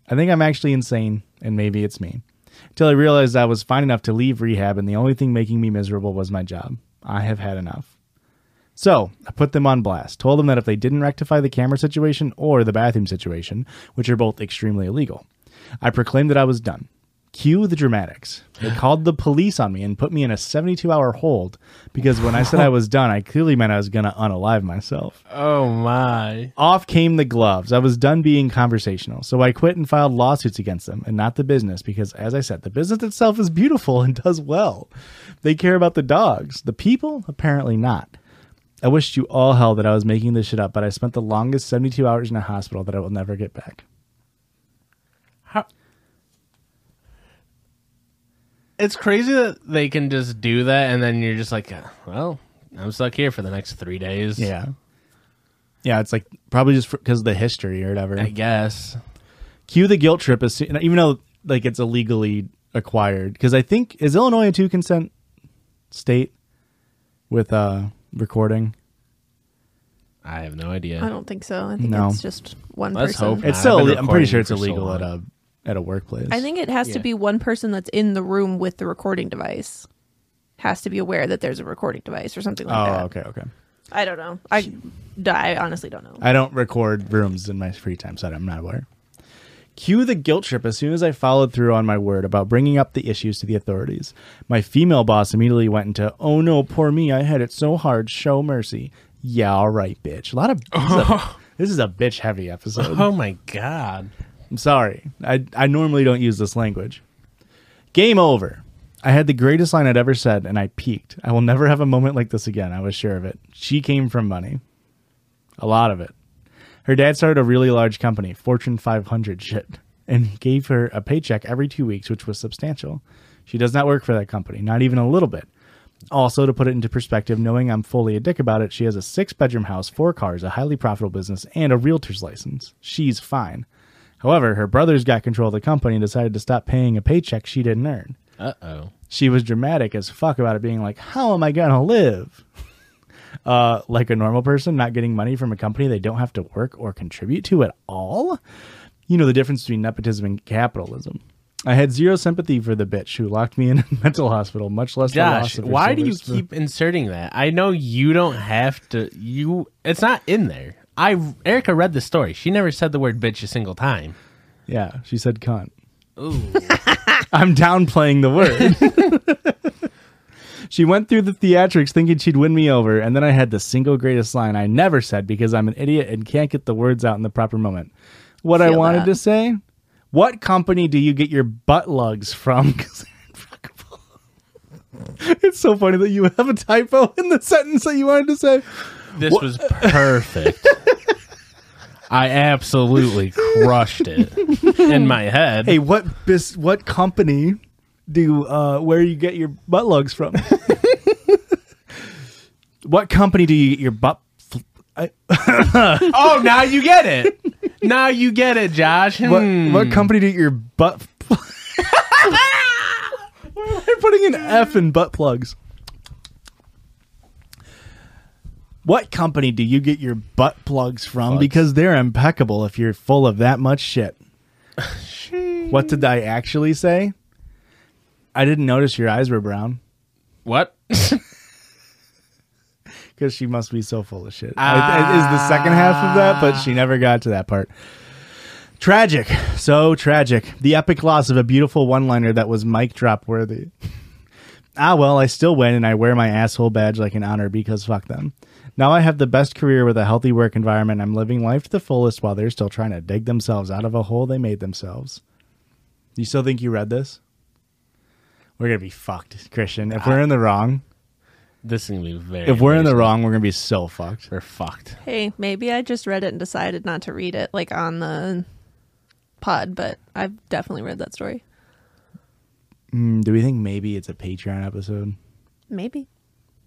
[SPEAKER 1] I think I'm actually insane, and maybe it's me. Till I realized I was fine enough to leave rehab, and the only thing making me miserable was my job. I have had enough. So I put them on blast, told them that if they didn't rectify the camera situation or the bathroom situation, which are both extremely illegal, I proclaimed that I was done. Cue the dramatics. They called the police on me and put me in a 72 hour hold because when I said I was done, I clearly meant I was going to unalive myself
[SPEAKER 3] Oh my.
[SPEAKER 1] off came the gloves. I was done being conversational. So I quit and filed lawsuits against them and not the business because, as I said, the business itself is beautiful and does well. They care about the dogs. The people? Apparently not. I wished you all hell that I was making this shit up, but I spent the longest 72 hours in a hospital that I will never get back.
[SPEAKER 3] How? It's crazy that they can just do that, and then you're just like, "Uh, well, I'm stuck here for the next three days.
[SPEAKER 1] Yeah. Yeah, it's like probably just because of the history or whatever.
[SPEAKER 3] I guess.
[SPEAKER 1] cue the guilt trip as soon, even though like it's illegally acquired because i think is illinois a two consent state with uh recording
[SPEAKER 3] I have no idea.
[SPEAKER 2] I don't think so. I think
[SPEAKER 1] No.
[SPEAKER 2] it's just one
[SPEAKER 3] Let's
[SPEAKER 2] person.
[SPEAKER 3] hope
[SPEAKER 1] it's
[SPEAKER 3] I've
[SPEAKER 1] still
[SPEAKER 3] been
[SPEAKER 1] ille- i'm pretty
[SPEAKER 3] recording
[SPEAKER 1] sure it's
[SPEAKER 3] for so
[SPEAKER 1] illegal at a
[SPEAKER 3] long.
[SPEAKER 1] at a workplace
[SPEAKER 2] I think it has to
[SPEAKER 3] Yeah.
[SPEAKER 2] be one person that's in the room with the recording device has to be aware that there's a recording device or something like
[SPEAKER 1] oh
[SPEAKER 2] that.
[SPEAKER 1] okay okay
[SPEAKER 2] I don't know. I, I honestly don't know.
[SPEAKER 1] I don't record rooms in my free time, so I'm not aware. Cue the guilt trip as soon as I followed through on my word about bringing up the issues to the authorities. My female boss immediately went into, oh no, poor me, I had it so hard, show mercy. Yeah, all right, bitch. A lot of. This is a, this is a bitch heavy episode.
[SPEAKER 3] Oh my god.
[SPEAKER 1] I'm sorry. I, I normally don't use this language. Game over. I had the greatest line I'd ever said, and I peaked. I will never have a moment like this again. I was sure of it. She came from money. A lot of it. Her dad started a really large company, Fortune 500 shit, and gave her a paycheck every two weeks, which was substantial. She does not work for that company, not even a little bit. Also, to put it into perspective, knowing I'm fully a dick about it, she has a six bedroom house, four cars, a highly profitable business, and a realtor's license. She's fine. However, her brothers got control of the company and decided to stop paying a paycheck she didn't earn.
[SPEAKER 3] Uh oh.
[SPEAKER 1] She was dramatic as fuck about it, being like, How am I gonna live? uh, like a normal person, not getting money from a company they don't have to work or contribute to at all? You know the difference between nepotism and capitalism. I had zero sympathy for the bitch who locked me in a mental hospital, much less the
[SPEAKER 3] Josh,
[SPEAKER 1] loss of her
[SPEAKER 3] why do
[SPEAKER 1] silver
[SPEAKER 3] you
[SPEAKER 1] spoon.
[SPEAKER 3] keep inserting that? I know you don't have to. You, it's not in there. I Erica read the story. She never said the word bitch a single time.
[SPEAKER 1] Yeah, she said cunt. I'm downplaying the word. she went through the theatrics thinking she'd win me over, and then I had the single greatest line I never said because I'm an idiot and can't get the words out in the proper moment. What I
[SPEAKER 2] Feel
[SPEAKER 1] wanted
[SPEAKER 2] that.
[SPEAKER 1] to say? What company do you get your butt lugs from? 'Cause they're unfuckable. It's so funny that you have a typo in the sentence that you wanted to say.
[SPEAKER 3] This was perfect. I absolutely crushed it in my head.
[SPEAKER 1] Hey, what bis- what company do uh, where you get your butt lugs from? what company do you get your butt? Fl- I,
[SPEAKER 3] Oh, now you get it. now you get it, Josh.
[SPEAKER 1] what,
[SPEAKER 3] Hmm.
[SPEAKER 1] what company do you get your butt? Fl- Why am I putting an F in butt plugs? What company do you get your butt plugs from? Because they're impeccable if you're full of that much shit. what did I actually say? I didn't notice your eyes were brown.
[SPEAKER 3] What?
[SPEAKER 1] because she must be so full of shit. I- it is the second half of that, but she never got to that part. Tragic, so tragic. The epic loss of a beautiful one-liner that was mic drop worthy. ah, well, I still win, and I wear my asshole badge like an honor because fuck them. Now I have the best career with a healthy work environment. I'm living life to the fullest while they're still trying to dig themselves out of a hole they made themselves. You still think you read this? We're gonna be fucked, Christian. If we're in the wrong,
[SPEAKER 3] This is gonna be very.
[SPEAKER 1] if we're in the
[SPEAKER 3] embarrassing.
[SPEAKER 1] wrong, we're gonna be so fucked.
[SPEAKER 3] we're fucked.
[SPEAKER 2] Hey, maybe I just read it and decided not to read it like on the pod, but I've definitely read that story.
[SPEAKER 1] Hmm, Do we think maybe it's a Patreon episode?
[SPEAKER 2] Maybe.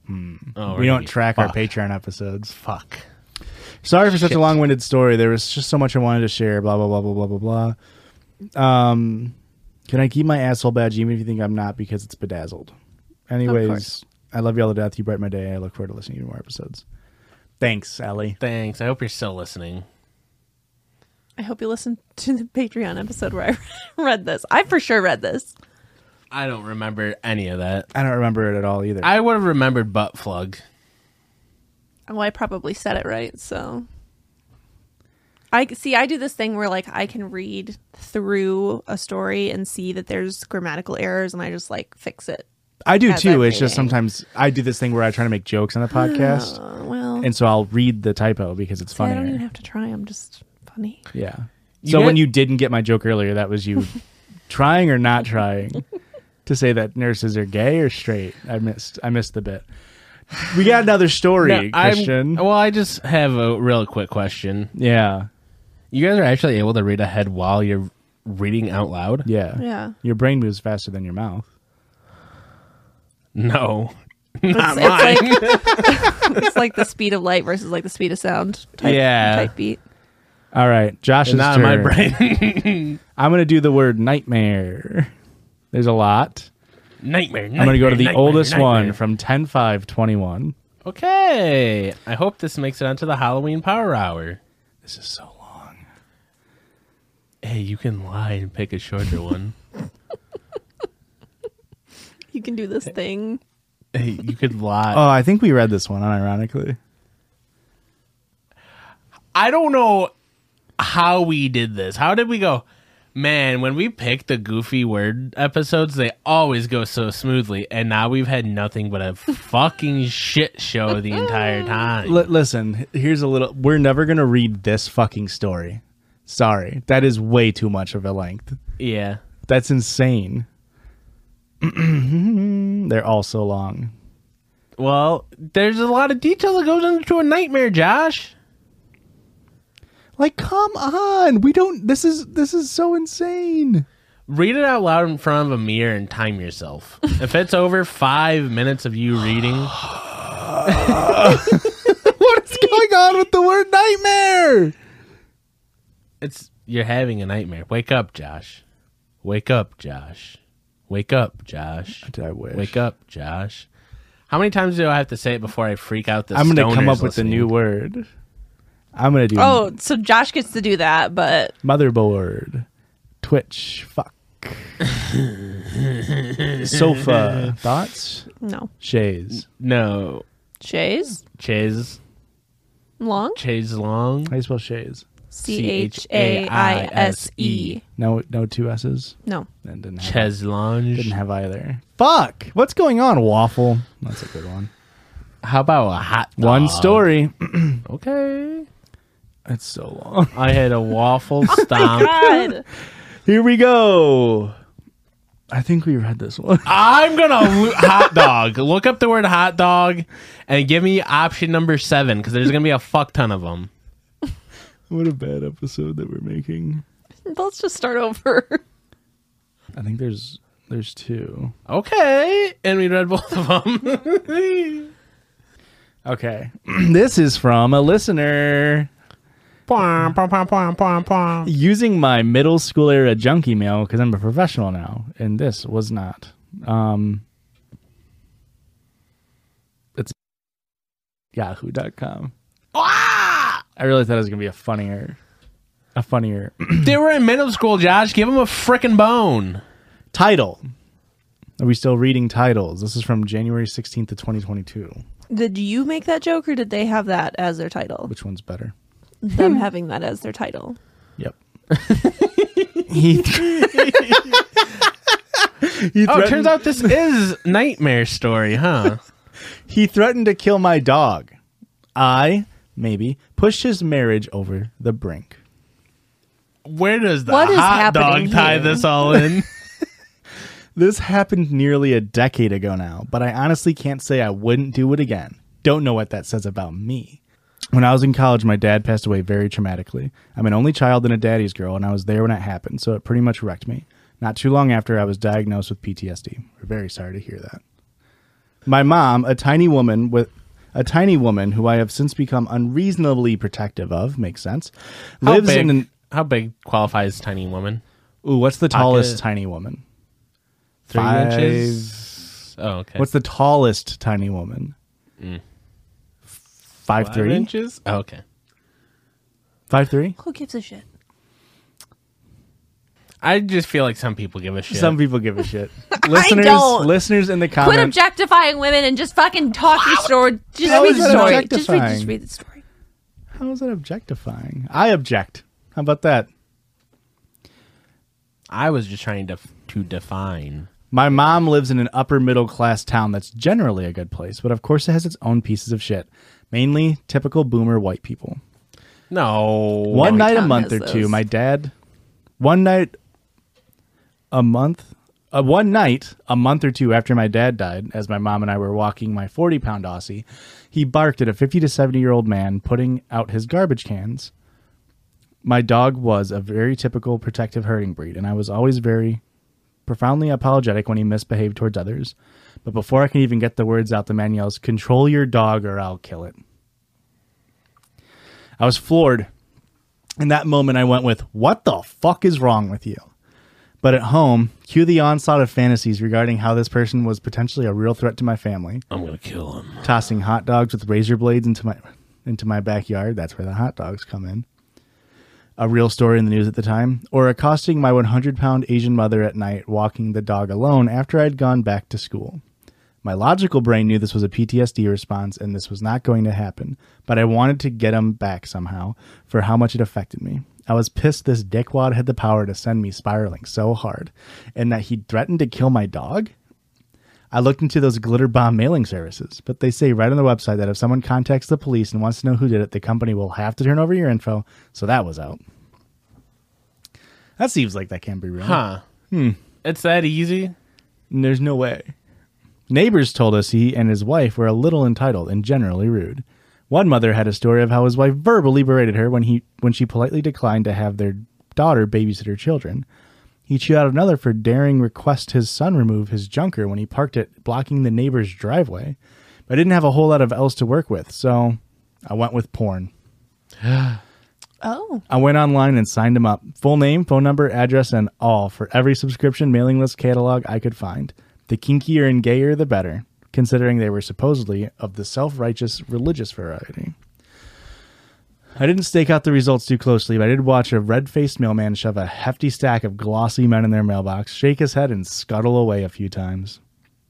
[SPEAKER 3] Oh, we're
[SPEAKER 1] we
[SPEAKER 3] gonna
[SPEAKER 1] don't
[SPEAKER 3] be
[SPEAKER 1] track our
[SPEAKER 3] fucked.
[SPEAKER 1] Patreon episodes.
[SPEAKER 3] Fuck.
[SPEAKER 1] Sorry for such a
[SPEAKER 3] Shit.
[SPEAKER 1] long-winded story. There was just so much I wanted to share. Blah blah blah blah blah blah blah. Um, can I keep my asshole badge even if you think I'm not because it's bedazzled? Anyways,
[SPEAKER 2] course.
[SPEAKER 1] I love y'all to death. You brighten my day. I look forward to listening to more episodes. Thanks, Allie.
[SPEAKER 3] Thanks. I hope you're still listening.
[SPEAKER 2] I hope you listened to the Patreon episode where I read this. I for sure read this.
[SPEAKER 3] I don't remember any of that.
[SPEAKER 1] I don't remember it at all either.
[SPEAKER 3] I would have remembered butt plug.
[SPEAKER 2] Well, I probably said it right, so I see I do this thing where like I can read through a story and see that there's grammatical errors and I just like fix it.
[SPEAKER 1] I do
[SPEAKER 2] as
[SPEAKER 1] too.
[SPEAKER 2] I'm
[SPEAKER 1] It's just
[SPEAKER 2] reading.
[SPEAKER 1] sometimes I do this thing where I try to make jokes on the podcast,
[SPEAKER 2] Uh, well,
[SPEAKER 1] and so I'll read the typo because it's
[SPEAKER 2] see, I don't even
[SPEAKER 1] funnier.
[SPEAKER 2] have to try. I'm just funny.
[SPEAKER 1] Yeah.
[SPEAKER 3] You
[SPEAKER 1] so when
[SPEAKER 3] get-
[SPEAKER 1] you didn't get my joke earlier, that was you trying or not trying to say that nurses are gay or straight. I missed. I missed the bit. We got another story,
[SPEAKER 3] No, I'm-
[SPEAKER 1] Christian.
[SPEAKER 3] well, I just have a real quick question.
[SPEAKER 1] yeah,
[SPEAKER 3] You guys are actually able to read ahead while you're reading out loud?
[SPEAKER 1] yeah,
[SPEAKER 2] Yeah.
[SPEAKER 1] Your brain moves faster than your mouth.
[SPEAKER 3] No.
[SPEAKER 2] It's, it's like it's like the speed of light versus like the speed of sound type,
[SPEAKER 3] Yeah.
[SPEAKER 2] type beat.
[SPEAKER 1] All right, Josh's
[SPEAKER 3] Not in my
[SPEAKER 1] turn.
[SPEAKER 3] brain.
[SPEAKER 1] I'm gonna do the word nightmare. There's a lot.
[SPEAKER 3] nightmare,
[SPEAKER 1] I'm gonna go to the
[SPEAKER 3] nightmare,
[SPEAKER 1] oldest
[SPEAKER 3] nightmare.
[SPEAKER 1] one from 10 5 21.
[SPEAKER 3] Okay. I hope this makes it onto the Halloween Power Hour.
[SPEAKER 1] This is so long.
[SPEAKER 3] Hey, you can lie and pick a shorter one.
[SPEAKER 2] You can do this thing.
[SPEAKER 3] Hey, you could lie.
[SPEAKER 1] Oh, I think we read this one, unironically.
[SPEAKER 3] I don't know how we did this. How did we go? Man, when we pick the goofy word episodes, they always go so smoothly, and now we've had nothing but a fucking shit show the entire time.
[SPEAKER 1] L- listen, here's a little. We're never gonna read this fucking story. Sorry, that is way too much of a length.
[SPEAKER 3] yeah.
[SPEAKER 1] That's insane. They're all so long.
[SPEAKER 3] Well, there's a lot of detail that goes into a nightmare, Josh.
[SPEAKER 1] Like, come on, we don't. This is this is so insane.
[SPEAKER 3] Read it out loud in front of a mirror and time yourself. if it's over five minutes of you reading,
[SPEAKER 1] What's going on with the word nightmare?
[SPEAKER 3] it's you're having a nightmare. Wake up, Josh. Wake up, Josh. Wake up, Josh.
[SPEAKER 1] Did I wish?
[SPEAKER 3] Wake up, Josh. How many times do I have to say it before I freak out the
[SPEAKER 1] I'm
[SPEAKER 3] going
[SPEAKER 1] gonna
[SPEAKER 3] to
[SPEAKER 1] come up with a new word. I'm gonna do
[SPEAKER 2] Oh, so Josh gets to do that, but
[SPEAKER 1] motherboard, Twitch, fuck, sofa, thoughts,
[SPEAKER 2] no.
[SPEAKER 1] shays.
[SPEAKER 3] No.
[SPEAKER 2] Shays
[SPEAKER 3] Chase.
[SPEAKER 2] long.
[SPEAKER 3] Chase Long.
[SPEAKER 1] How do you spell shays?
[SPEAKER 2] C H A I S E.
[SPEAKER 1] No, no two s's.
[SPEAKER 2] No.
[SPEAKER 1] And didn't have,
[SPEAKER 3] Ches
[SPEAKER 1] didn't
[SPEAKER 3] Lange.
[SPEAKER 1] have either. Fuck! What's going on, waffle? That's a good one.
[SPEAKER 3] How about a hot dog?
[SPEAKER 1] One story.
[SPEAKER 3] Okay.
[SPEAKER 1] It's so long.
[SPEAKER 2] Um,
[SPEAKER 3] I had a waffle stomp.
[SPEAKER 2] God.
[SPEAKER 1] Here we go. I think we read this one.
[SPEAKER 3] I'm gonna lo- hot dog. Look up the word hot dog and give me option number seven because there's gonna be a fuck ton of them.
[SPEAKER 1] what a bad episode that we're making.
[SPEAKER 2] Let's just start over.
[SPEAKER 1] I think there's there's two.
[SPEAKER 3] Okay, and we read both of them.
[SPEAKER 1] Okay. this is from a listener. Using my middle school era junk email because I'm a professional now, and this was not. Um, it's yahoo.com.
[SPEAKER 3] Ah!
[SPEAKER 1] I really thought it was going to be a funnier, a funnier
[SPEAKER 3] they were in middle school, Josh. Give them a frickin' bone.
[SPEAKER 1] title. Are we still reading titles? This is from January 16th of 2022.
[SPEAKER 2] Did you make that joke or did they have that as their title?
[SPEAKER 1] Which one's better?
[SPEAKER 2] Them having that as their title.
[SPEAKER 1] Yep. he he
[SPEAKER 3] Oh, it turns
[SPEAKER 1] threatened-
[SPEAKER 3] out this is nightmare story, huh?
[SPEAKER 1] He threatened to kill my dog. I, maybe, pushed his marriage over the brink.
[SPEAKER 3] Where does the
[SPEAKER 2] What is
[SPEAKER 3] hot dog
[SPEAKER 2] happening
[SPEAKER 3] tie
[SPEAKER 2] here?
[SPEAKER 3] this all in?
[SPEAKER 1] This happened nearly a decade ago now, but I honestly can't say I wouldn't do it again. Don't know what that says about me. When I was in college, my dad passed away very traumatically. I'm an only child and a daddy's girl, and I was there when it happened, so it pretty much wrecked me. Not too long after, I was diagnosed with PTSD. We're very sorry to hear that. My mom, a tiny woman with a tiny woman who I have since become unreasonably protective of, makes sense.
[SPEAKER 3] How
[SPEAKER 1] Lives
[SPEAKER 3] big,
[SPEAKER 1] in an
[SPEAKER 3] how big qualifies tiny woman?
[SPEAKER 1] ooh, what's the tallest
[SPEAKER 3] Pocket-
[SPEAKER 1] tiny woman?
[SPEAKER 3] Three
[SPEAKER 1] Five-
[SPEAKER 3] inches. Oh, okay.
[SPEAKER 1] What's the tallest tiny woman?
[SPEAKER 2] Mm.
[SPEAKER 1] Five
[SPEAKER 3] Five
[SPEAKER 1] three.
[SPEAKER 3] inches? Oh, okay.
[SPEAKER 1] Five three.
[SPEAKER 2] Who gives a shit?
[SPEAKER 3] I just feel like some people give a shit.
[SPEAKER 1] Some people give a shit. listeners,
[SPEAKER 2] don't.
[SPEAKER 1] listeners in the
[SPEAKER 2] Quit
[SPEAKER 1] comments.
[SPEAKER 2] objectifying women and just fucking talk your story. Just
[SPEAKER 1] How
[SPEAKER 2] read
[SPEAKER 1] is
[SPEAKER 2] the
[SPEAKER 1] Um, that
[SPEAKER 2] story. Just read,
[SPEAKER 1] objectifying?
[SPEAKER 2] just read the story.
[SPEAKER 1] How is that objectifying? I object. How about that?
[SPEAKER 3] I was just trying to to define.
[SPEAKER 1] My mom lives in an upper middle class town that's generally a good place, but of course it has its own pieces of shit. Mainly typical boomer white people.
[SPEAKER 3] No.
[SPEAKER 1] one night a
[SPEAKER 2] town
[SPEAKER 1] month or
[SPEAKER 2] has
[SPEAKER 1] two
[SPEAKER 2] those.
[SPEAKER 1] my dad one night a month uh, one night a month or two after my dad died as my mom and i were walking my 40 pound aussie he barked at a 50 to 70 year old man putting out his garbage cans my dog was a very typical protective herding breed and i was always very profoundly apologetic when he misbehaved towards others but before i can even get the words out the man yells control your dog or i'll kill it i was floored in that moment, I went with, What the fuck is wrong with you? But at home, cue the onslaught of fantasies regarding how this person was potentially a real threat to my family,
[SPEAKER 3] I'm gonna kill him.
[SPEAKER 1] tossing hot dogs with razor blades into my into my backyard. That's where the hot dogs come in. A real story in the news at the time, or accosting my 100 pound Asian mother at night walking the dog alone after I'd gone back to school. My logical brain knew this was a PTSD response and this was not going to happen, but I wanted to get him back somehow for how much it affected me. I was pissed this dickwad had the power to send me spiraling so hard, and that he'd threatened to kill my dog? I looked into those glitter bomb mailing services, but they say right on their website that if someone contacts the police and wants to know who did it, the company will have to turn over your info, so that was out. That seems like that can be real.
[SPEAKER 3] Huh.
[SPEAKER 1] Hmm.
[SPEAKER 3] It's that easy.
[SPEAKER 1] And There's no way. Neighbors told us he and his wife were a little entitled and generally rude. One mother had a story of how his wife verbally berated her when he when she politely declined to have their daughter babysit her children. He chewed out another for daring request his son remove his junker when he parked it, blocking the neighbor's driveway. But I didn't have a whole lot of else to work with, so I went with porn.
[SPEAKER 2] Oh.
[SPEAKER 1] I went online and signed him up. Full name, phone number, address, and all for every subscription mailing list catalog I could find. The kinkier and gayer, the better, considering they were supposedly of the self righteous religious variety. I didn't stake out the results too closely, but I did watch a red faced mailman shove a hefty stack of glossy men in their mailbox, shake his head, and scuttle away a few times.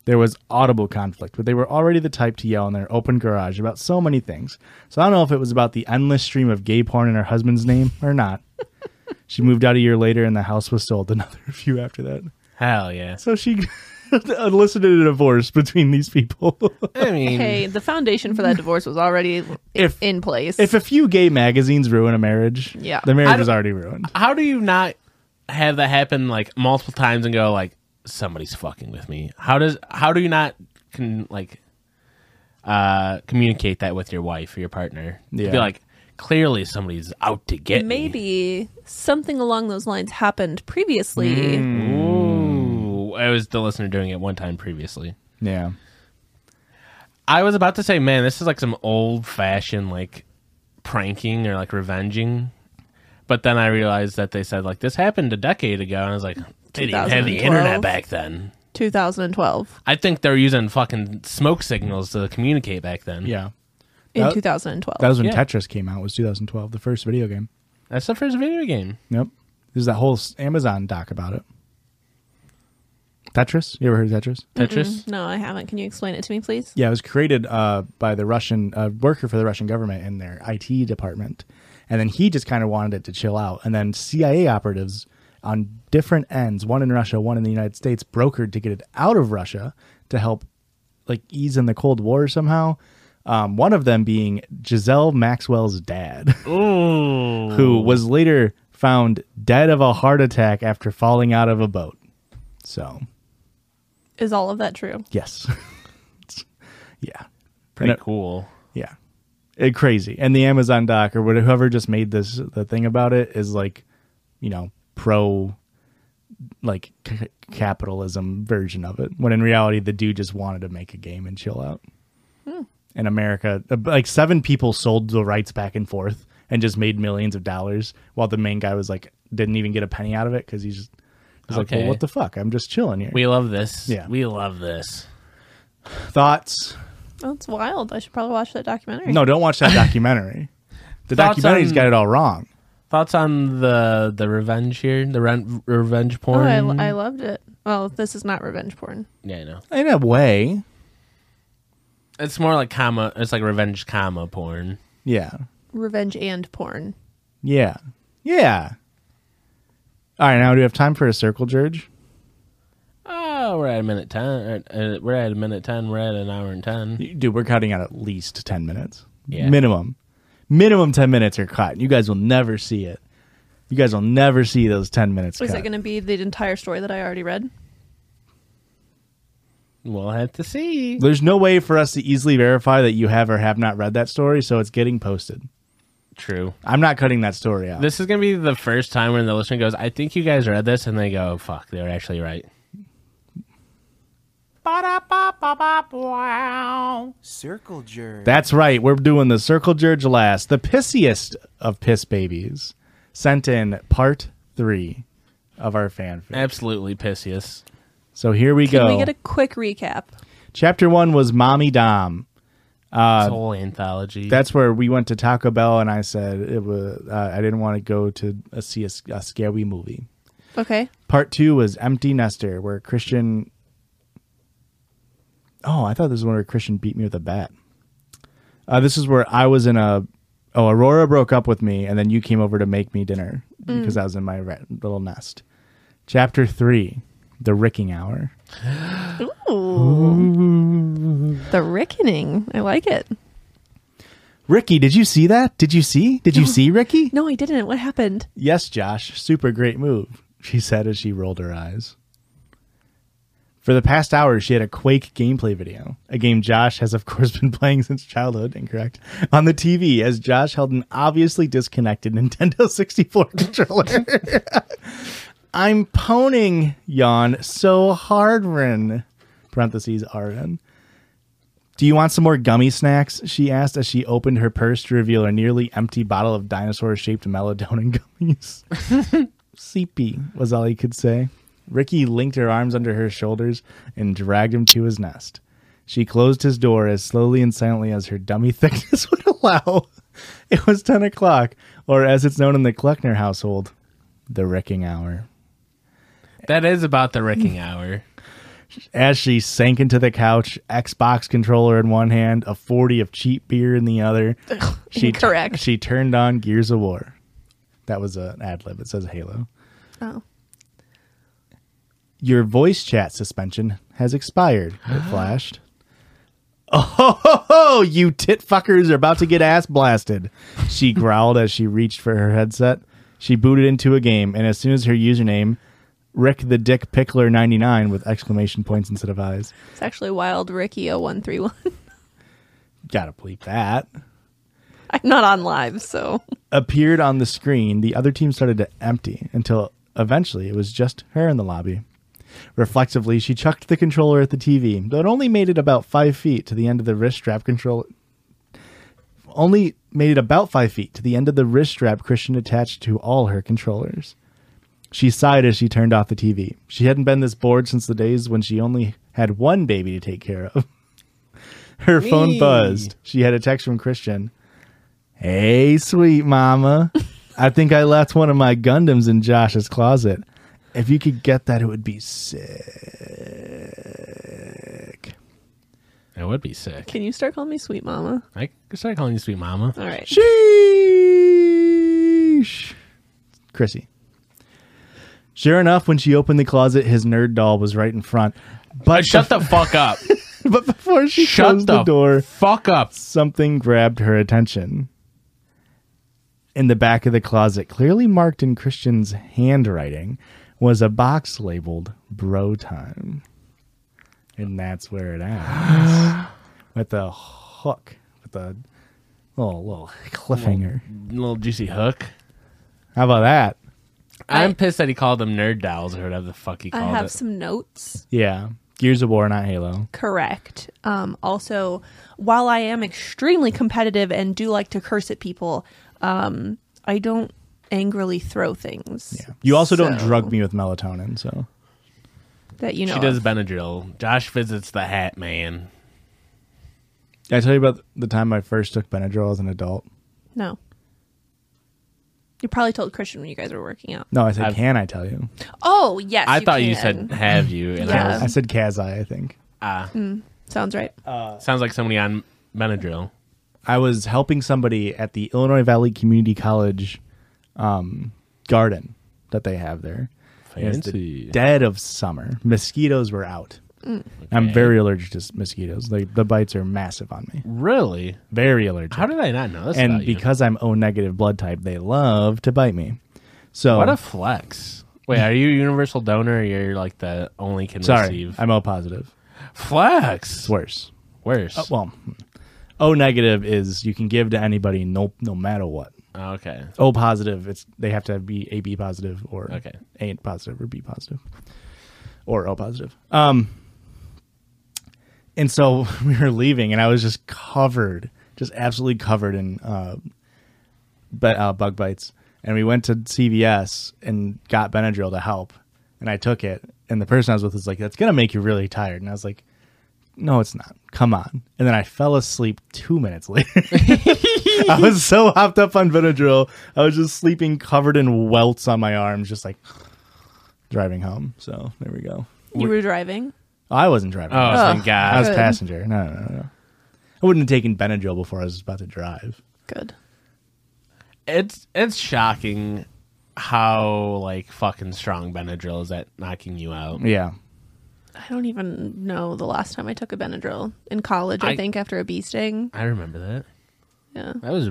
[SPEAKER 1] There was audible conflict, but they were already the type to yell in their open garage about so many things. So I don't know if it was about the endless stream of gay porn in her husband's name or not. she moved out a year later and the house was sold another few after that.
[SPEAKER 3] Hell yeah.
[SPEAKER 1] So she elicited a divorce between these people.
[SPEAKER 3] I mean,
[SPEAKER 2] Hey, the foundation for that divorce was already
[SPEAKER 1] If-
[SPEAKER 2] in place.
[SPEAKER 1] if a few gay magazines ruin a marriage,
[SPEAKER 2] Yeah.
[SPEAKER 1] the marriage
[SPEAKER 3] I
[SPEAKER 1] is
[SPEAKER 3] don't-
[SPEAKER 1] already ruined.
[SPEAKER 3] how do you not have that happen like multiple times and go like, somebody's fucking with me. How does how do you not can like uh communicate that with your wife or your partner? To
[SPEAKER 1] Yeah.
[SPEAKER 3] be like clearly somebody's out to get me.
[SPEAKER 2] Maybe something along those lines happened previously.
[SPEAKER 1] Hmm.
[SPEAKER 3] Hmm. Ooh, I was the listener doing it one time previously.
[SPEAKER 1] Yeah.
[SPEAKER 3] I was about to say, man, this is like some old fashioned like pranking or like revenging. But then I realized that they said like this happened a decade ago, and I was like, they didn't have the
[SPEAKER 2] 2012.
[SPEAKER 3] internet back then.
[SPEAKER 2] 2012.
[SPEAKER 3] I think they were using fucking smoke signals to communicate back then.
[SPEAKER 1] Yeah.
[SPEAKER 2] In
[SPEAKER 1] That-
[SPEAKER 2] 2012.
[SPEAKER 1] That was when
[SPEAKER 3] Yeah.
[SPEAKER 1] Tetris came out. Was 2012 the first video game?
[SPEAKER 3] that's the first video game.
[SPEAKER 1] Yep. There's that whole s- Amazon doc about it. Tetris. You ever heard of Tetris?
[SPEAKER 3] Tetris.
[SPEAKER 2] Mm-hmm. no, I haven't. Can you explain it to me, please?
[SPEAKER 1] Yeah, it was created uh, by the Russian uh, worker for the Russian government in their IT department, and then he just kind of wanted it to chill out. And then CIA operatives on different ends, one in Russia, one in the United States, brokered to get it out of Russia to help, like, ease in the Cold War somehow. Um, one of them being Giselle Maxwell's dad, who was later found dead of a heart attack after falling out of a boat. So,
[SPEAKER 2] Is all of that true?
[SPEAKER 1] yes, It's- yeah,
[SPEAKER 3] Pretty
[SPEAKER 1] And it-
[SPEAKER 3] cool.
[SPEAKER 1] yeah. It, crazy. And the Amazon doc or whatever, whoever just made this the thing about it is like, you know, pro like c- capitalism version of it. When in reality the dude just wanted to make a game and chill out. And America uh, like seven people sold the rights back and forth and just made millions of dollars while the main guy was like didn't even get a penny out of it cuz he's just he's like,
[SPEAKER 3] Okay.
[SPEAKER 1] well, what the fuck? I'm just chilling here.
[SPEAKER 3] We love this.
[SPEAKER 1] Yeah.
[SPEAKER 3] We love this.
[SPEAKER 1] Thoughts?
[SPEAKER 2] That's wild. I should probably watch that documentary.
[SPEAKER 1] No, don't watch that documentary. The
[SPEAKER 3] Thoughts
[SPEAKER 1] documentary's
[SPEAKER 3] on-
[SPEAKER 1] got it all wrong.
[SPEAKER 3] Thoughts on the the revenge here? The ren- revenge
[SPEAKER 2] Oh,
[SPEAKER 3] porn?
[SPEAKER 2] I, I loved it. Well, this is not revenge porn.
[SPEAKER 3] yeah, I know.
[SPEAKER 1] In a way,
[SPEAKER 3] It's more like comma. It's like revenge comma porn.
[SPEAKER 1] Yeah.
[SPEAKER 2] Revenge and porn.
[SPEAKER 1] Yeah. Yeah. All right, now do we have time for a circle jerge?
[SPEAKER 3] Oh, we're at a minute ten. uh, uh, We're at a minute ten. We're at an hour and ten.
[SPEAKER 1] Dude, we're cutting out at least 10 minutes.
[SPEAKER 3] Yeah.
[SPEAKER 1] Minimum. Minimum 10 minutes are cut. You guys will never see it. You guys will never see those 10 minutes
[SPEAKER 2] Is
[SPEAKER 1] cut.
[SPEAKER 2] it going to be the entire story that I already read?
[SPEAKER 3] We'll have to see.
[SPEAKER 1] There's no way for us to easily verify that you have or have not read that story, so it's getting posted.
[SPEAKER 3] True.
[SPEAKER 1] I'm not cutting that story out.
[SPEAKER 3] This is gonna be the first time when the listener goes, "I think you guys read this," and they go, "Fuck, they were actually right."
[SPEAKER 8] Circle jerk.
[SPEAKER 1] That's right. We're doing the circle jerge last. The pissiest of piss babies sent in part 3 of our fanfic.
[SPEAKER 3] Absolutely pissiest.
[SPEAKER 1] So here we
[SPEAKER 2] Can
[SPEAKER 1] go.
[SPEAKER 2] we get a quick recap?
[SPEAKER 1] Chapter one was Mommy Dom.
[SPEAKER 3] it's a whole anthology.
[SPEAKER 1] That's where we went to Taco Bell, and I said it was. Uh, I didn't want to go to a, see a, s- a scary movie.
[SPEAKER 2] Okay.
[SPEAKER 1] Part two was Empty Nester, where Christian. Oh, I thought this was where Christian beat me with a bat. Uh, this is where I was in a. Oh, Aurora broke up with me, and then you came over to make me dinner
[SPEAKER 2] Mm.
[SPEAKER 1] because I was in my ra- little nest. Chapter three, the Ricking Hour.
[SPEAKER 2] Ooh. the Reckoning. I like it.
[SPEAKER 1] Ricky, did you see that? Did you see? Did you see Ricky?
[SPEAKER 2] No, I didn't. What happened?
[SPEAKER 1] Yes, Josh, super great move, she said as she rolled her eyes. For the past hour, she had a Quake gameplay video, a game Josh has, of course, been playing since childhood, incorrect, on the TV as Josh held an obviously disconnected Nintendo 64 controller. I'm poning, yawn, so hard, Ren. Parentheses, RN. Do you want some more gummy snacks? She asked as she opened her purse to reveal a nearly empty bottle of dinosaur shaped melatonin gummies. Sleepy was all he could say. Ricky linked her arms under her shoulders and dragged him to his nest. She closed his door as slowly and silently as her dummy thickness would allow. It was 10 o'clock, or as it's known in the Kleckner household, the wrecking hour.
[SPEAKER 3] that is about the wrecking hour.
[SPEAKER 1] As she sank into the couch, Xbox controller in one hand, a 40 of cheap beer in the other, she
[SPEAKER 2] Incorrect.
[SPEAKER 1] she turned on Gears of War. That was an ad lib. It says Halo.
[SPEAKER 2] Oh.
[SPEAKER 1] Your voice chat suspension has expired, it flashed. Oh, you tit fuckers are about to get ass blasted, she growled as she reached for her headset. She booted into a game, and as soon as her username, Rick the Dick Pickler 99 with exclamation points instead of eyes.
[SPEAKER 2] It's actually Wild Ricky 0131.
[SPEAKER 1] Gotta bleep that.
[SPEAKER 2] I'm not on live, so
[SPEAKER 1] Appeared on the screen, the other team started to empty until eventually it was just her in the lobby. Reflexively, she chucked the controller at the TV, but only made it about five feet to the end of the wrist strap control. Only made it about five feet to the end of the wrist strap Christian attached to all her controllers. She sighed as she turned off the TV. She hadn't been this bored since the days when she only had one baby to take care of. Her phone buzzed. She had a text from Christian. Hey, sweet mama. I think I left one of my Gundams in Josh's closet. If you could get that, it would be sick.
[SPEAKER 3] That would be sick.
[SPEAKER 2] can you start calling me Sweet Mama?
[SPEAKER 3] I could start calling you sweet mama.
[SPEAKER 2] All right.
[SPEAKER 1] Sheesh. Chrissy. Sure enough, when she opened the closet, his nerd doll was right in front. But,
[SPEAKER 3] Uh, Shut the fuck up.
[SPEAKER 1] but before she
[SPEAKER 3] Shut
[SPEAKER 1] closed the,
[SPEAKER 3] the
[SPEAKER 1] door,
[SPEAKER 3] fuck up.
[SPEAKER 1] something grabbed her attention. In the back of the closet, clearly marked in Christian's handwriting, was a box labeled Bro Time. And that's where it ends. with a hook, with a little, little cliffhanger.
[SPEAKER 3] Little juicy hook.
[SPEAKER 1] How about that?
[SPEAKER 3] I'm pissed that he called them nerd dolls or whatever the fuck he
[SPEAKER 2] I
[SPEAKER 3] called
[SPEAKER 2] have
[SPEAKER 3] it.
[SPEAKER 2] some notes.
[SPEAKER 1] Yeah. Gears of War, not Halo.
[SPEAKER 2] Correct. Um, also, while I am extremely competitive and do like to curse at people, um, I don't angrily throw things.
[SPEAKER 1] You also don't
[SPEAKER 2] So-
[SPEAKER 1] drug me with melatonin, so.
[SPEAKER 2] that you know.
[SPEAKER 3] she does
[SPEAKER 2] of.
[SPEAKER 3] Benadryl. Josh visits the Hat Man.
[SPEAKER 1] Did I tell you about the time I first took Benadryl as an adult?
[SPEAKER 2] No. You probably told Christian when you guys were working out.
[SPEAKER 1] No, I said,
[SPEAKER 3] I've-
[SPEAKER 1] can I tell you?
[SPEAKER 2] Oh yes,
[SPEAKER 3] I thought you
[SPEAKER 2] can.
[SPEAKER 3] said have you, and
[SPEAKER 2] Yeah.
[SPEAKER 1] I said Kazai, I think.
[SPEAKER 2] sounds right.
[SPEAKER 3] I was, sounds like somebody on Benadryl.
[SPEAKER 1] I was helping somebody at the Illinois Valley Community College um, garden that they have there. It was the
[SPEAKER 3] Fancy.
[SPEAKER 1] dead of summer. Mosquitoes were out. I'm very allergic to s- mosquitoes. Like the bites are massive on me.
[SPEAKER 3] Really?
[SPEAKER 1] Very allergic.
[SPEAKER 3] How did I not know this?
[SPEAKER 1] and
[SPEAKER 3] about you?
[SPEAKER 1] because I'm O negative blood type, they love to bite me. So
[SPEAKER 3] what a flex. Wait, are you a universal donor? Or you're like the only can
[SPEAKER 1] sorry,
[SPEAKER 3] receive
[SPEAKER 1] I'm O positive.
[SPEAKER 3] flex.
[SPEAKER 1] It's worse. Uh,
[SPEAKER 3] Worse.
[SPEAKER 1] Well, O negative is you can give to anybody, no, no matter what.
[SPEAKER 3] Oh, Okay.
[SPEAKER 1] O positive, it's they have to be A B positive or
[SPEAKER 3] Okay.
[SPEAKER 1] A positive or B positive or O positive. Um, and so we were leaving, and I was just covered, just absolutely covered in uh, bu- uh, bug bites. And we went to CVS and got Benadryl to help, and I took it. And the person I was with was like, "That's gonna make you really tired," and I was like. No, it's not. Come on. And then I fell asleep two minutes later. I was so hopped up on Benadryl. I was just sleeping covered in welts on my arms, just like driving home. So there we go.
[SPEAKER 2] you were driving.
[SPEAKER 1] I wasn't driving.
[SPEAKER 3] Oh,
[SPEAKER 1] I was-
[SPEAKER 3] thank
[SPEAKER 1] I
[SPEAKER 3] God.
[SPEAKER 1] was
[SPEAKER 2] good.
[SPEAKER 1] passenger. No, no, no, no. I wouldn't have taken Benadryl before I was about to drive.
[SPEAKER 2] Good.
[SPEAKER 3] It's it's shocking how like fucking strong Benadryl is at knocking you out.
[SPEAKER 1] Yeah.
[SPEAKER 2] I don't even know the last time I took a Benadryl in college. I,
[SPEAKER 3] I-
[SPEAKER 2] think after a bee sting.
[SPEAKER 3] I remember that.
[SPEAKER 2] Yeah.
[SPEAKER 3] That was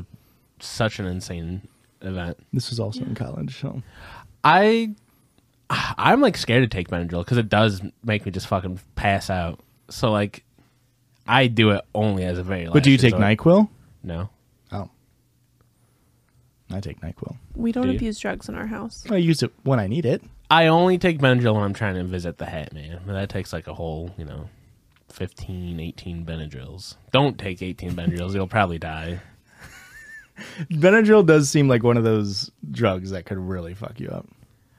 [SPEAKER 3] such an insane event.
[SPEAKER 1] This was also in college. So
[SPEAKER 3] I I'm like scared to take Benadryl because it does make me just fucking pass out. So like, I do it only as a very.
[SPEAKER 1] But do you take
[SPEAKER 3] Nike?
[SPEAKER 1] NyQuil?
[SPEAKER 3] No.
[SPEAKER 1] Oh. I take NyQuil.
[SPEAKER 2] We don't
[SPEAKER 3] Do you?
[SPEAKER 2] abuse drugs in our house.
[SPEAKER 1] I use it when I need it.
[SPEAKER 3] I only take Benadryl when I'm trying to visit the Hat Man. and That takes like a whole, you know, 15, 18 Benadryls. Don't take 18 Benadryls. You'll probably die.
[SPEAKER 1] Benadryl does seem like one of those drugs that could really fuck you up.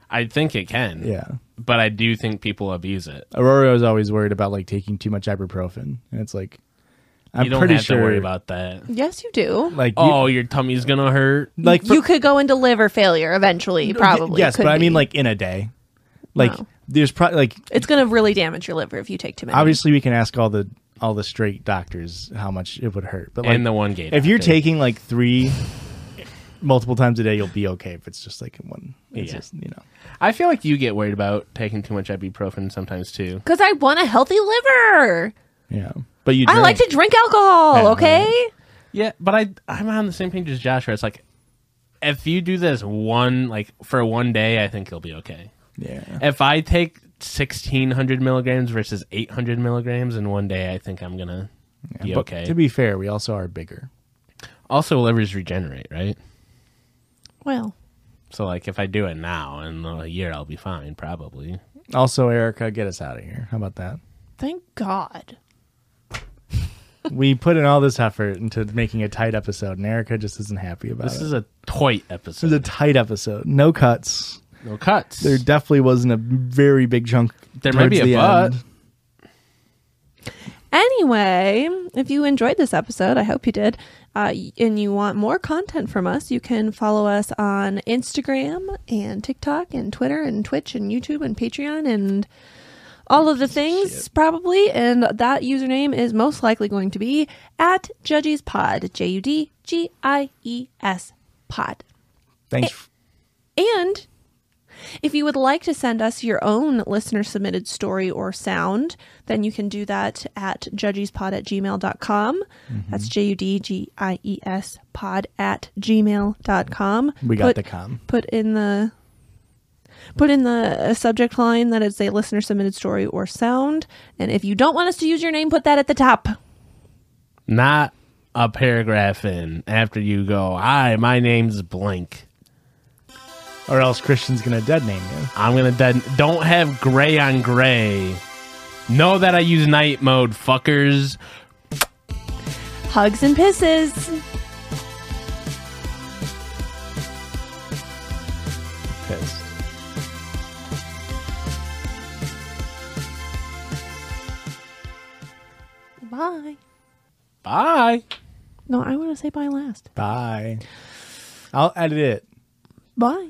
[SPEAKER 3] I think it can.
[SPEAKER 1] Yeah.
[SPEAKER 3] But I do think people abuse it.
[SPEAKER 1] Aurora was always worried about like taking too much ibuprofen, and it's like I'm
[SPEAKER 3] you don't
[SPEAKER 1] pretty
[SPEAKER 3] have
[SPEAKER 1] sure
[SPEAKER 3] to worry about that.
[SPEAKER 2] Yes, you do.
[SPEAKER 1] like you-
[SPEAKER 3] Oh, your tummy's going to hurt.
[SPEAKER 1] like for-
[SPEAKER 2] you could go into liver failure eventually. Probably.
[SPEAKER 1] yes,
[SPEAKER 2] Could
[SPEAKER 1] but I mean
[SPEAKER 2] be.
[SPEAKER 1] like in a day, like
[SPEAKER 2] No.
[SPEAKER 1] there's probably like
[SPEAKER 2] it's going to really damage your liver if you take too many.
[SPEAKER 1] obviously we can ask all the all the straight doctors how much it would hurt, but like
[SPEAKER 3] and the one gate.
[SPEAKER 1] if you're
[SPEAKER 3] doctor.
[SPEAKER 1] taking like three multiple times a day, you'll be okay. If it's just like one, it's
[SPEAKER 3] Yeah.
[SPEAKER 1] just you know.
[SPEAKER 3] I feel like you get worried about taking too much ibuprofen sometimes too.
[SPEAKER 2] Because I want a healthy liver.
[SPEAKER 1] Yeah, but you.
[SPEAKER 2] I like to
[SPEAKER 1] drink.
[SPEAKER 2] drink alcohol,
[SPEAKER 1] Yeah.
[SPEAKER 2] okay?
[SPEAKER 3] Yeah, but I I'm on the same page as Joshua. It's like if you do this one like for one day, I think you'll be okay.
[SPEAKER 1] Yeah.
[SPEAKER 3] If I take 1600 milligrams versus 800 milligrams in one day, I think I'm gonna be
[SPEAKER 1] But
[SPEAKER 3] okay.
[SPEAKER 1] To be fair, we also are bigger.
[SPEAKER 3] also, livers regenerate, right?
[SPEAKER 2] Well,
[SPEAKER 3] So, like, if I do it now, in a year, I'll be fine, probably.
[SPEAKER 1] Also, Erica, get us out of here. How about that?
[SPEAKER 2] thank God.
[SPEAKER 1] we put in all this effort into making a tight episode, and Erica just isn't happy about
[SPEAKER 3] This
[SPEAKER 1] it.
[SPEAKER 3] is a toit
[SPEAKER 1] This is a
[SPEAKER 3] episode.
[SPEAKER 1] tight episode. No cuts.
[SPEAKER 3] no cuts.
[SPEAKER 1] There definitely wasn't a very big chunk.
[SPEAKER 3] There might
[SPEAKER 1] towards
[SPEAKER 3] be a
[SPEAKER 1] the
[SPEAKER 3] but.
[SPEAKER 1] end.
[SPEAKER 2] Anyway, if you enjoyed this episode, I hope you did, uh, y- and you want more content from us, you can follow us on Instagram and TikTok and Twitter and Twitch and YouTube and Patreon and all of the things probably. And that username is most likely going to be at Judges Pod, J U D G I E S Pod.
[SPEAKER 1] Thanks. f-
[SPEAKER 2] And if you would like to send us your own listener submitted story or sound, then you can do that at judgiespod at gmail.com.
[SPEAKER 1] Mm-hmm.
[SPEAKER 2] That's J U D G I E S pod at gmail.com.
[SPEAKER 1] we got
[SPEAKER 2] put,
[SPEAKER 1] the com.
[SPEAKER 2] Put in the. Put in the uh, subject line that it's a listener submitted story or sound. And if you don't want us to use your name, put that at the top.
[SPEAKER 3] Not a paragraph in after you go, Hi, my name's blank.
[SPEAKER 1] Or else Christian's going to dead name you.
[SPEAKER 3] I'm gonna dead- don't have gray on gray. Know that I use night mode, fuckers.
[SPEAKER 2] Hugs and pisses.
[SPEAKER 1] Pissed.
[SPEAKER 2] Bye.
[SPEAKER 3] Bye.
[SPEAKER 2] No, I want to say bye last.
[SPEAKER 1] Bye. I'll edit it.
[SPEAKER 2] Bye.